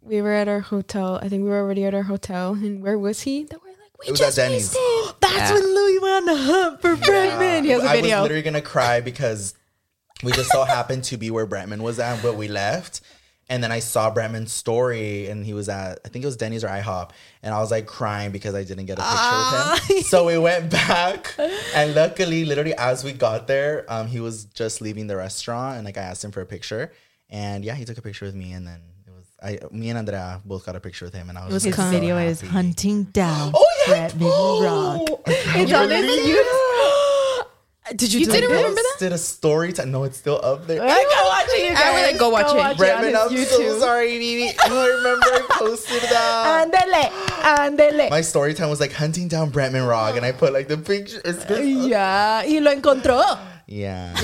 S3: we were at our hotel. I think we were already at our hotel. And where was he? That we're like, we
S1: It was
S3: just
S1: at Denny's.
S3: missed him.
S2: That's when Louis went on a hunt for Bregman. He has a
S1: I was
S2: video.
S1: literally gonna cry because we just so happened to be where Brentman was at, but we left. And then I saw Brentman's story, and he was at I think it was Denny's or IHOP, and I was like crying because I didn't get a picture with him. So we went back, and luckily, literally as we got there, um, he was just leaving the restaurant, and like I asked him for a picture, and yeah, he took a picture with me, and then it was I, me and Andrea both got a picture with him, and I was,
S3: was
S1: just
S3: cum.
S1: so
S3: Video
S1: happy.
S2: hunting down
S1: Oh yeah,
S2: Bretman Rock. Oh, It's on his YouTube. Did you,
S3: You
S2: do
S3: didn't
S2: this?
S3: remember that?
S1: Did a story time? No, it's still up there.
S2: I go watch it. You guys.
S3: I was like, go watch it.
S2: it on
S1: Redman, I'm
S2: his
S1: so
S2: YouTube.
S1: sorry, Nini. I don't remember I posted that.
S2: Andele, andele.
S1: My story time was like hunting down Bretman Rog, and I put like the picture. It's good.
S2: Yeah, y lo encontró.
S1: Yeah.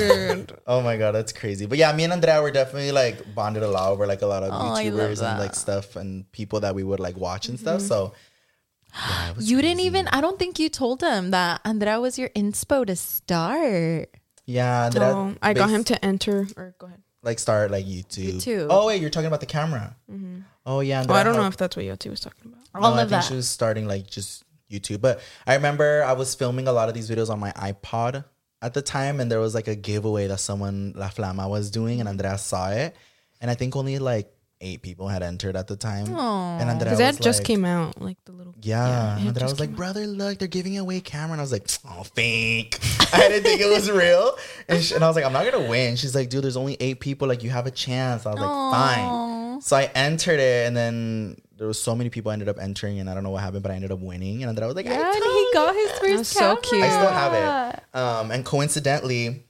S1: oh my god, that's crazy. But yeah, me and Andrea were definitely like bonded a lot over like a lot
S3: Oh,
S1: of
S2: I love
S1: YouTubers
S2: that.
S1: and like stuff and people that we would like watch and
S3: Mm-hmm.
S1: stuff. So
S2: You didn't even. I don't think you told him that Andrea was your inspo to start.
S1: yeah, Andrea
S3: Oh, I got
S1: bas-
S3: him to enter. Or go ahead.
S1: like start like YouTube.
S2: YouTube.
S1: Oh wait, you're talking about the camera. Oh yeah.
S3: Oh,
S1: Andrea
S3: I don't know
S1: helped-
S3: if that's what Yoti was talking about.
S2: All
S1: no, I
S2: of
S1: think
S2: that.
S1: she was starting like just YouTube. But I remember I was filming a lot of these videos on my iPod at the time, and there was like a giveaway that someone La Flama was doing, and Andrea saw it, and I think only like eight people had entered at the time, and Andrea
S3: Because that
S1: was
S3: just
S1: like-
S3: came out, like the little.
S1: Yeah, and Andrea was like, "Brother, look, they're giving away camera," and I was like, "Oh, fake!" I didn't think it was real, and, she, and I was like, "I'm not gonna win." She's like, "Dude, there's only eight people. Like, you have a chance." I was like, "Fine." So I entered it, and then there was so many people I ended up entering, and I don't know what happened, but I ended up winning, and then I was like, I,
S2: And
S1: told
S2: he got his first
S3: was so
S2: camera.
S3: cute.
S1: you." I still have it. Um, and coincidentally,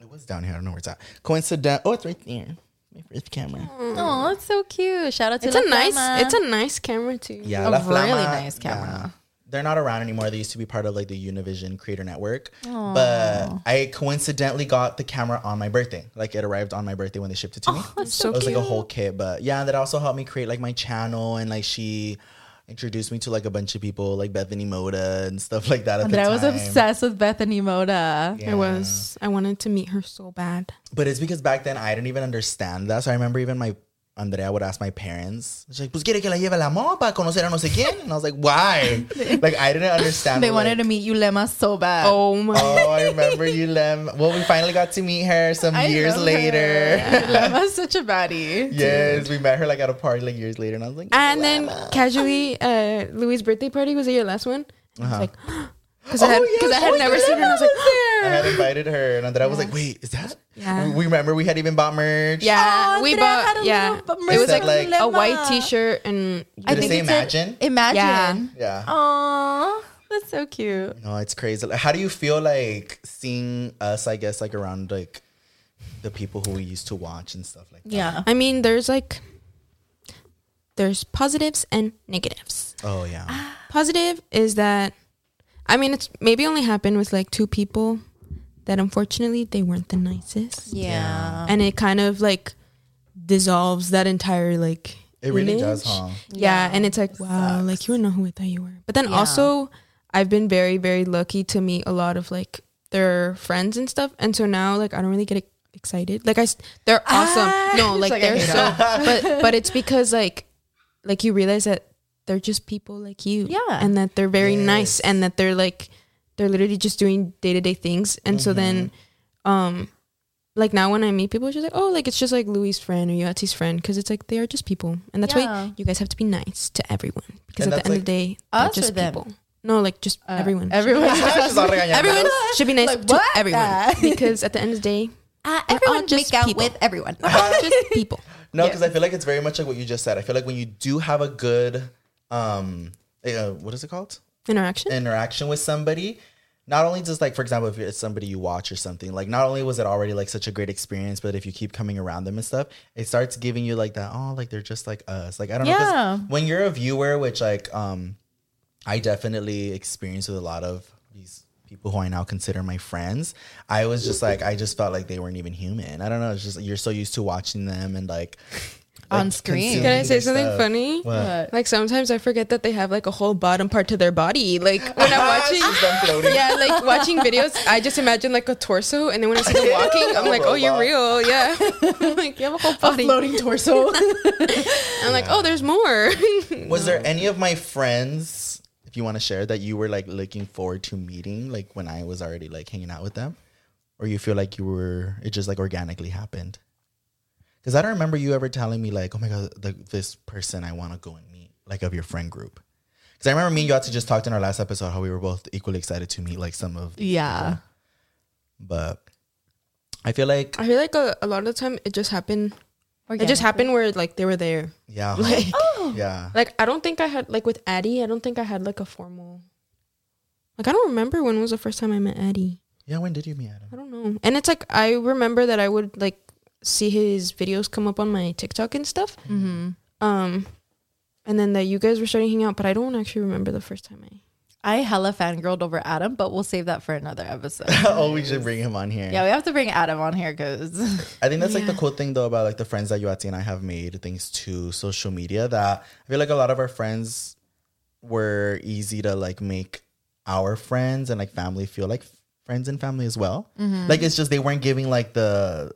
S1: it was down here. I don't know where it's at. Coincident. Oh, it's right there. My first camera.
S2: Oh, it's so cute. Shout out to
S3: It's
S2: La
S3: a nice.
S2: Flama.
S3: It's a nice camera too.
S1: Yeah,
S2: A
S1: La
S2: really
S1: Flama,
S2: nice camera.
S1: yeah. They're not around anymore. They used to be part of like the Univision Creator Network. But I coincidentally got the camera on my birthday. Like it arrived on my birthday when they shipped it to me.
S2: Oh,
S3: That's so
S1: it was
S3: cute.
S1: like a whole kit. But yeah, that also helped me create like my channel and like she introduced me to like a bunch of people like Bethany Moda and stuff like that. At
S2: Andrea
S1: the
S2: was
S1: time.
S2: obsessed with Bethany Moda.
S3: I was. I wanted to meet her so bad.
S1: But it's because back then I didn't even understand that. So I remember even my Andrea would ask my parents, she's like, pues quiere que la lleve a la mall para conocer a no sé quién. And I was like, why? like I didn't understand.
S2: They
S1: like-
S2: wanted to meet you, Lema, so bad.
S3: Oh my.
S1: Oh, I remember you, Lem. Well, we finally got to meet her some
S2: I
S1: years
S2: love
S1: later.
S2: her. Lema's such a baddie.
S1: yes, we met her like at a party like years later, and I was like,
S3: And then casually, uh, Louis' birthday party was it your last one?
S1: uh-huh.
S3: And I was like, because I had,
S1: yes,
S3: cause I had
S1: oh my
S3: never
S1: God,
S3: seen her. And I was like,
S1: I had invited her, and Andrea was like, "Wait, is that?"
S3: Yeah.
S1: We, we remember we had even bought merch.
S3: yeah,
S2: Oh,
S3: we
S2: Andrea
S3: bought.
S2: had a
S3: yeah,
S2: little
S3: it was
S1: merch
S3: like,
S1: like
S3: a
S2: Lema.
S3: white T-shirt and
S1: I think say
S2: it's
S1: imagine.
S2: A, imagine.
S1: yeah.
S2: Aw, that's so cute.
S1: No, it's crazy. Like, how do you feel like seeing us? I guess like around like the people who we used to watch and stuff like that.
S2: Yeah.
S3: I mean, there's like, there's positives and negatives.
S1: Oh yeah.
S3: Positive is that, I mean, it's maybe only happened with like two people that unfortunately they weren't the nicest,
S2: Yeah.
S3: and it kind of like dissolves that entire like.
S1: It really does,
S3: image.
S1: huh?
S3: Yeah, and it's like wow, like you were not who I thought you were. But then also, I've been very very lucky to meet a lot of like their friends and stuff, and so now like I don't really get a excited. Like I, s- they're awesome. no, Ah,
S2: like,
S3: like,
S2: I
S3: they're
S2: hate
S3: so. but but it's because like, like you realize that they're just people like you.
S2: Yeah.
S3: and that they're very nice, and that they're like, they're literally just doing day to day things. And so then, um, like now when I meet people, it's just like, oh, like it's just like Louis' friend or Yatsy's friend, because it's like they are just people, and that's
S2: Yeah.
S3: why you guys have to be nice to everyone, because
S1: And
S3: at the
S1: that's,
S3: end of the day,
S2: us
S3: they're
S2: or
S3: just
S2: them?
S3: people. No, like just Uh, everyone.
S2: Everyone.
S1: She's all regañadas.
S3: Everyone should be nice
S2: Like,
S3: to
S2: what?
S3: everyone because at the end of the day,
S2: Uh,
S3: We're all
S2: everyone
S3: just
S2: make out
S3: people.
S2: with everyone.
S3: just people.
S1: No, because I feel like it's very much like what you just said. I feel like when you do have a good, um, uh, what is it called?
S3: Interaction.
S1: Interaction with somebody. Not only just like, for example, if it's somebody you watch or something, like not only was it already like such a great experience, but if you keep coming around them and stuff, it starts giving you like that, oh, like they're just like us. Like, I don't know. 'cause
S2: Yeah.
S1: When you're a viewer, which like, um, I definitely experienced with a lot of these people who I now consider my friends. I was just like, I just felt like they weren't even human. I don't know. It's just you're so used to watching them and like
S2: On
S1: like,
S2: screen.
S1: consuming
S3: Can I say
S1: their
S3: something
S1: stuff.
S3: funny?
S1: What?
S3: Like sometimes I forget that they have like a whole bottom part to their body. Like when I'm watching,
S1: She's done floating.
S3: yeah, like watching videos, I just imagine like a torso, and then when I see them walking, I'm like, oh, you're real, yeah. I'm like you have a whole body.
S2: Floating torso.
S3: I'm like, oh, there's more.
S1: Was there any of my friends, if you want to share, that you were like looking forward to meeting, like when I was already like hanging out with them, or you feel like you were it just like organically happened? Because I don't remember you ever telling me like, oh my god, the, this person I want to go and meet, like of your friend group. Because I remember me and Yatsi just talked in our last episode how we were both equally excited to meet like some of, the,
S2: yeah.
S1: but I feel like
S3: I feel like a, a lot of the time it just happened. It just happened where like they were there.
S1: yeah,
S3: Like,
S1: yeah.
S3: like I don't think I had like with Addie. I don't think I had like a formal. Like I don't remember when was the first time I met Addie.
S1: Yeah, when did you meet
S3: I
S1: Adam?
S3: don't know. And it's like I remember that I would like see his videos come up on my TikTok and stuff. Um, and then that you guys were starting to hang out, but I don't actually remember the first time I.
S2: I hella fangirled over Adam, but we'll save that for another episode.
S1: oh, we should bring him on here.
S2: yeah, we have to bring Adam on here because
S1: I think that's like the cool thing though about like the friends that Yuati and I have made thanks to social media that I feel like a lot of our friends were easy to like make our friends and like family feel like friends and family as well.
S3: Mm-hmm.
S1: Like it's just they weren't giving like the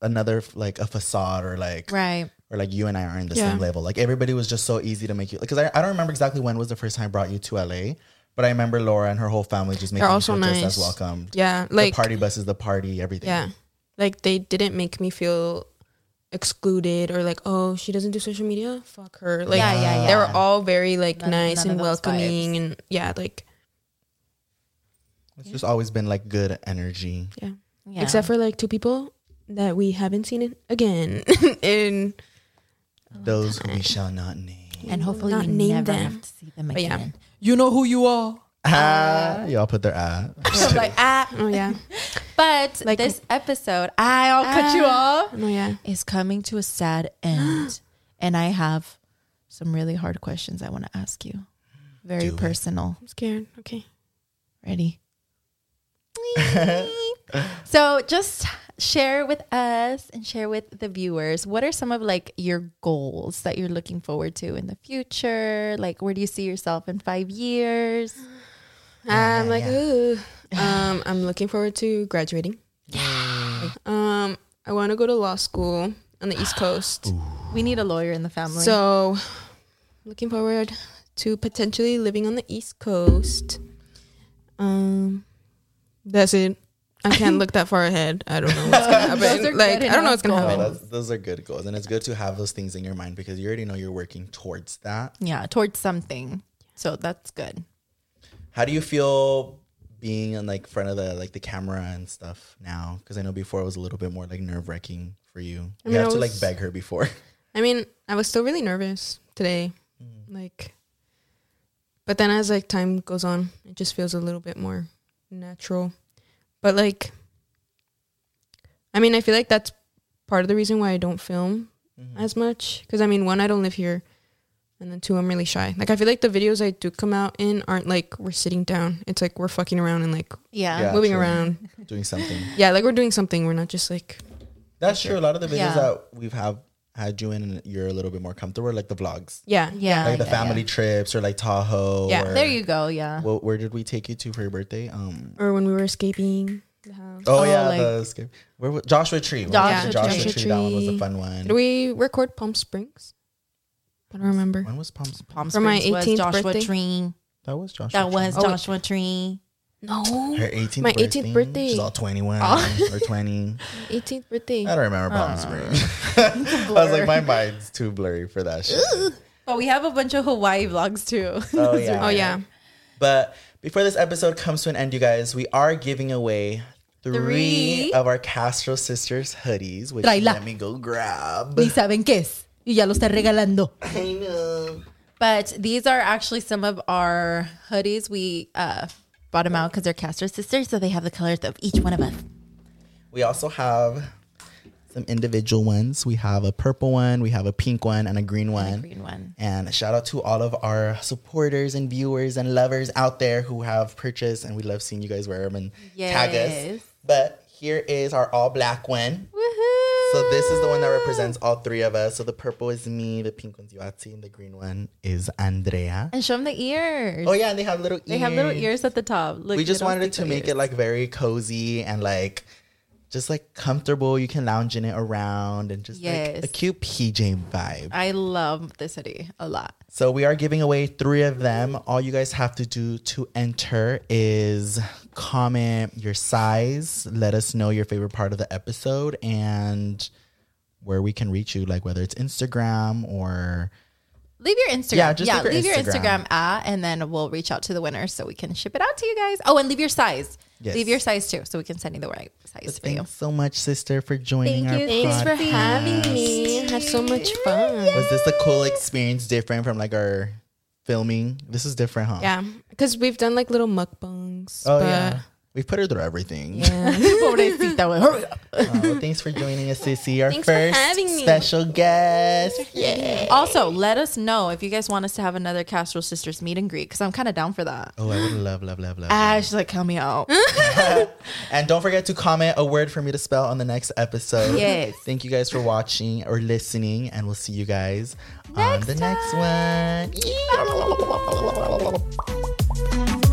S1: another like a facade or like
S2: right.
S1: or like you and I are in the
S3: Yeah.
S1: same level. Like everybody was just so easy to make you because I, I don't remember exactly when was the first time I brought you to LA, but I remember Laura and her whole family just making
S3: They're
S1: you
S3: also
S1: feel just as
S3: nice.
S1: welcome.
S3: Yeah,
S1: the
S3: like
S1: party bus is the party, everything.
S3: yeah, like they didn't make me feel excluded or like oh she doesn't do social media fuck her like
S2: Yeah, yeah,
S3: they were
S2: yeah.
S3: all very like
S2: None-
S3: nice
S2: none
S3: and
S2: of those
S3: welcoming and yeah like
S1: It's just always been like good energy.
S3: yeah.
S2: Yeah.
S3: except for like two people that we haven't seen it again in
S1: Those who we shall not name.
S2: and hopefully
S3: not
S2: we
S3: name
S2: never
S3: them.
S2: have to see them
S3: yeah.
S2: again.
S4: You know who you are.
S1: Ah, y'all put their ah.
S2: I'm like ah,
S3: oh yeah
S2: but
S3: Like-
S2: this episode, I'll cut you off.
S3: oh yeah
S2: ah. Is coming to a sad end, and I have some really hard questions I want to ask you. Very
S1: Do it.
S2: personal.
S3: i'm scared okay
S2: Ready? so just share with us and share with the viewers what are some of like your goals that you're looking forward to in the future? Like where do you see yourself in 5 years?
S3: I'm like, ooh. Um, I'm looking forward to graduating. Um, I want to go to law school on the East Coast.
S2: We need a lawyer in the family.
S3: So, looking forward to potentially living on the East Coast. Um, that's it. I can't look that far ahead. I don't know what's gonna
S2: Those are
S3: happen. Like,
S2: good
S3: I don't know what's gonna
S2: enough
S1: Oh,
S3: happen.
S1: that's, those are good goals, and it's good to have those things in your mind because you already know you're working towards that.
S2: yeah, towards something. So that's good.
S1: How do you feel being in like front of the like the camera and stuff now? Because I know before it was a little bit more like nerve wracking for you.
S3: I
S1: you
S3: mean,
S1: have
S3: I
S1: to
S3: was-
S1: like beg her before.
S3: I mean, I was still really nervous today. Like, but then as like time goes on, it just feels a little bit more natural. But like, I mean, I feel like that's part of the reason why I don't film as much. Because I mean, one, I don't live here, and then two, I'm really shy. Like, I feel like the videos I do come out in aren't like we're sitting down. It's like we're fucking around and like
S2: Yeah.
S1: Yeah.
S3: moving
S1: true.
S3: around.
S1: Doing something.
S3: Yeah, like we're doing something. We're not just like
S1: That's true. A lot of the videos
S2: Yeah.
S1: that we've have had you in, you're a little bit more comfortable, like the vlogs,
S3: yeah,
S2: Yeah.
S1: like the
S2: Ah, yeah,
S1: family trips, or like Tahoe.
S3: Yeah,
S1: or,
S2: yeah. There you go, yeah.
S1: Well, where did we take you to for your birthday? Um,
S3: Or when we were escaping. the house.
S1: Oh,
S2: Oh,
S1: yeah,
S2: like-
S1: the skip. Where was, Joshua Tree. Where was it?
S2: Joshua
S1: Joshua
S2: Tree.
S1: Tree. That one was a fun one.
S3: Did we record Palm Springs? I don't remember.
S1: when was Palm Springs?
S2: Palm
S3: For my
S2: Springs was
S3: 18th
S2: Joshua
S3: birthday.
S2: Tree.
S1: That was Joshua.
S2: That was
S3: wait.
S2: Joshua Oh, Tree.
S3: No,
S1: Tree. her 18th.
S3: my
S1: birthday.
S3: 18th
S1: She's all
S3: birthday.
S1: 21 or 20.
S3: 18th birthday.
S1: I don't remember Palm Springs. I was like, my mind's too blurry for that shit.
S2: But we have a bunch of Hawaii vlogs too.
S1: oh yeah.
S3: Oh yeah,
S1: But before this episode comes to an end, you guys, we are giving away three,
S2: Three.
S1: of our Castro sisters hoodies, which
S2: Tráela.
S1: let me go grab.
S2: saben qué es. Y ya lo está regalando.
S1: I know.
S2: But these are actually some of our hoodies. We uh, bought them out because they're Castor sisters, so they have the colors of each one of us.
S1: We also have some individual ones. We have a purple one, we have a pink one, and a green one.
S2: Green one.
S1: And shout out to all of our supporters and viewers and lovers out there who have purchased, and we love seeing you guys wear them and tag
S2: Yes.
S1: us. But here is our all black one.
S2: Woohoo!
S1: So this is the one that represents all three of us. So the purple is me, the pink one's Yuatsi, and the green one is Andrea.
S2: And show them the ears.
S1: Oh yeah, and they have little ears.
S2: They have little ears at the top. Look,
S1: We just
S2: little
S1: wanted to
S2: sticker
S1: make
S2: ears.
S1: it like very cozy and like just like comfortable. You can lounge in it around and just
S2: Yes.
S1: like a cute PJ vibe.
S2: I love this hoodie a lot.
S1: So we are giving away three of them. All you guys have to do to enter is comment your size, let us know your favorite part of the episode, and where we can reach you, like whether it's Instagram or
S2: Leave your Instagram.
S1: Yeah, just leave your
S2: leave your
S1: Instagram.
S2: Instagram at, and then we'll reach out to the winner so we can ship it out to you guys. Oh, and leave your size.
S1: Yes.
S2: Leave your size too, so we can send you the right size for you.
S1: Thanks so much, sister, for joining
S2: Thank
S1: our
S2: you.
S3: thanks
S1: podcast.
S3: for having me. Had so much fun.
S1: Was this a cool experience different from like our filming? This is different, huh?
S3: Yeah, because we've done like little mukbangs.
S1: Oh
S3: but
S1: yeah. We put her through everything.
S2: that one. Hurry up.
S1: Oh, well, thanks for joining us, Sissy, our
S3: Thanks for
S1: first
S3: having me.
S1: special guest. Yeah.
S2: Also, let us know if you guys want us to have another Castro Sisters meet and greet because I'm kind of down for that.
S1: Oh, I would love, love, love, love.
S3: Uh,
S2: Ah, she's like, help me out.
S1: And don't forget to comment a word for me to spell on the next episode.
S2: Yes.
S1: Thank you guys for watching or listening, and we'll see you guys on the next one. Yeah.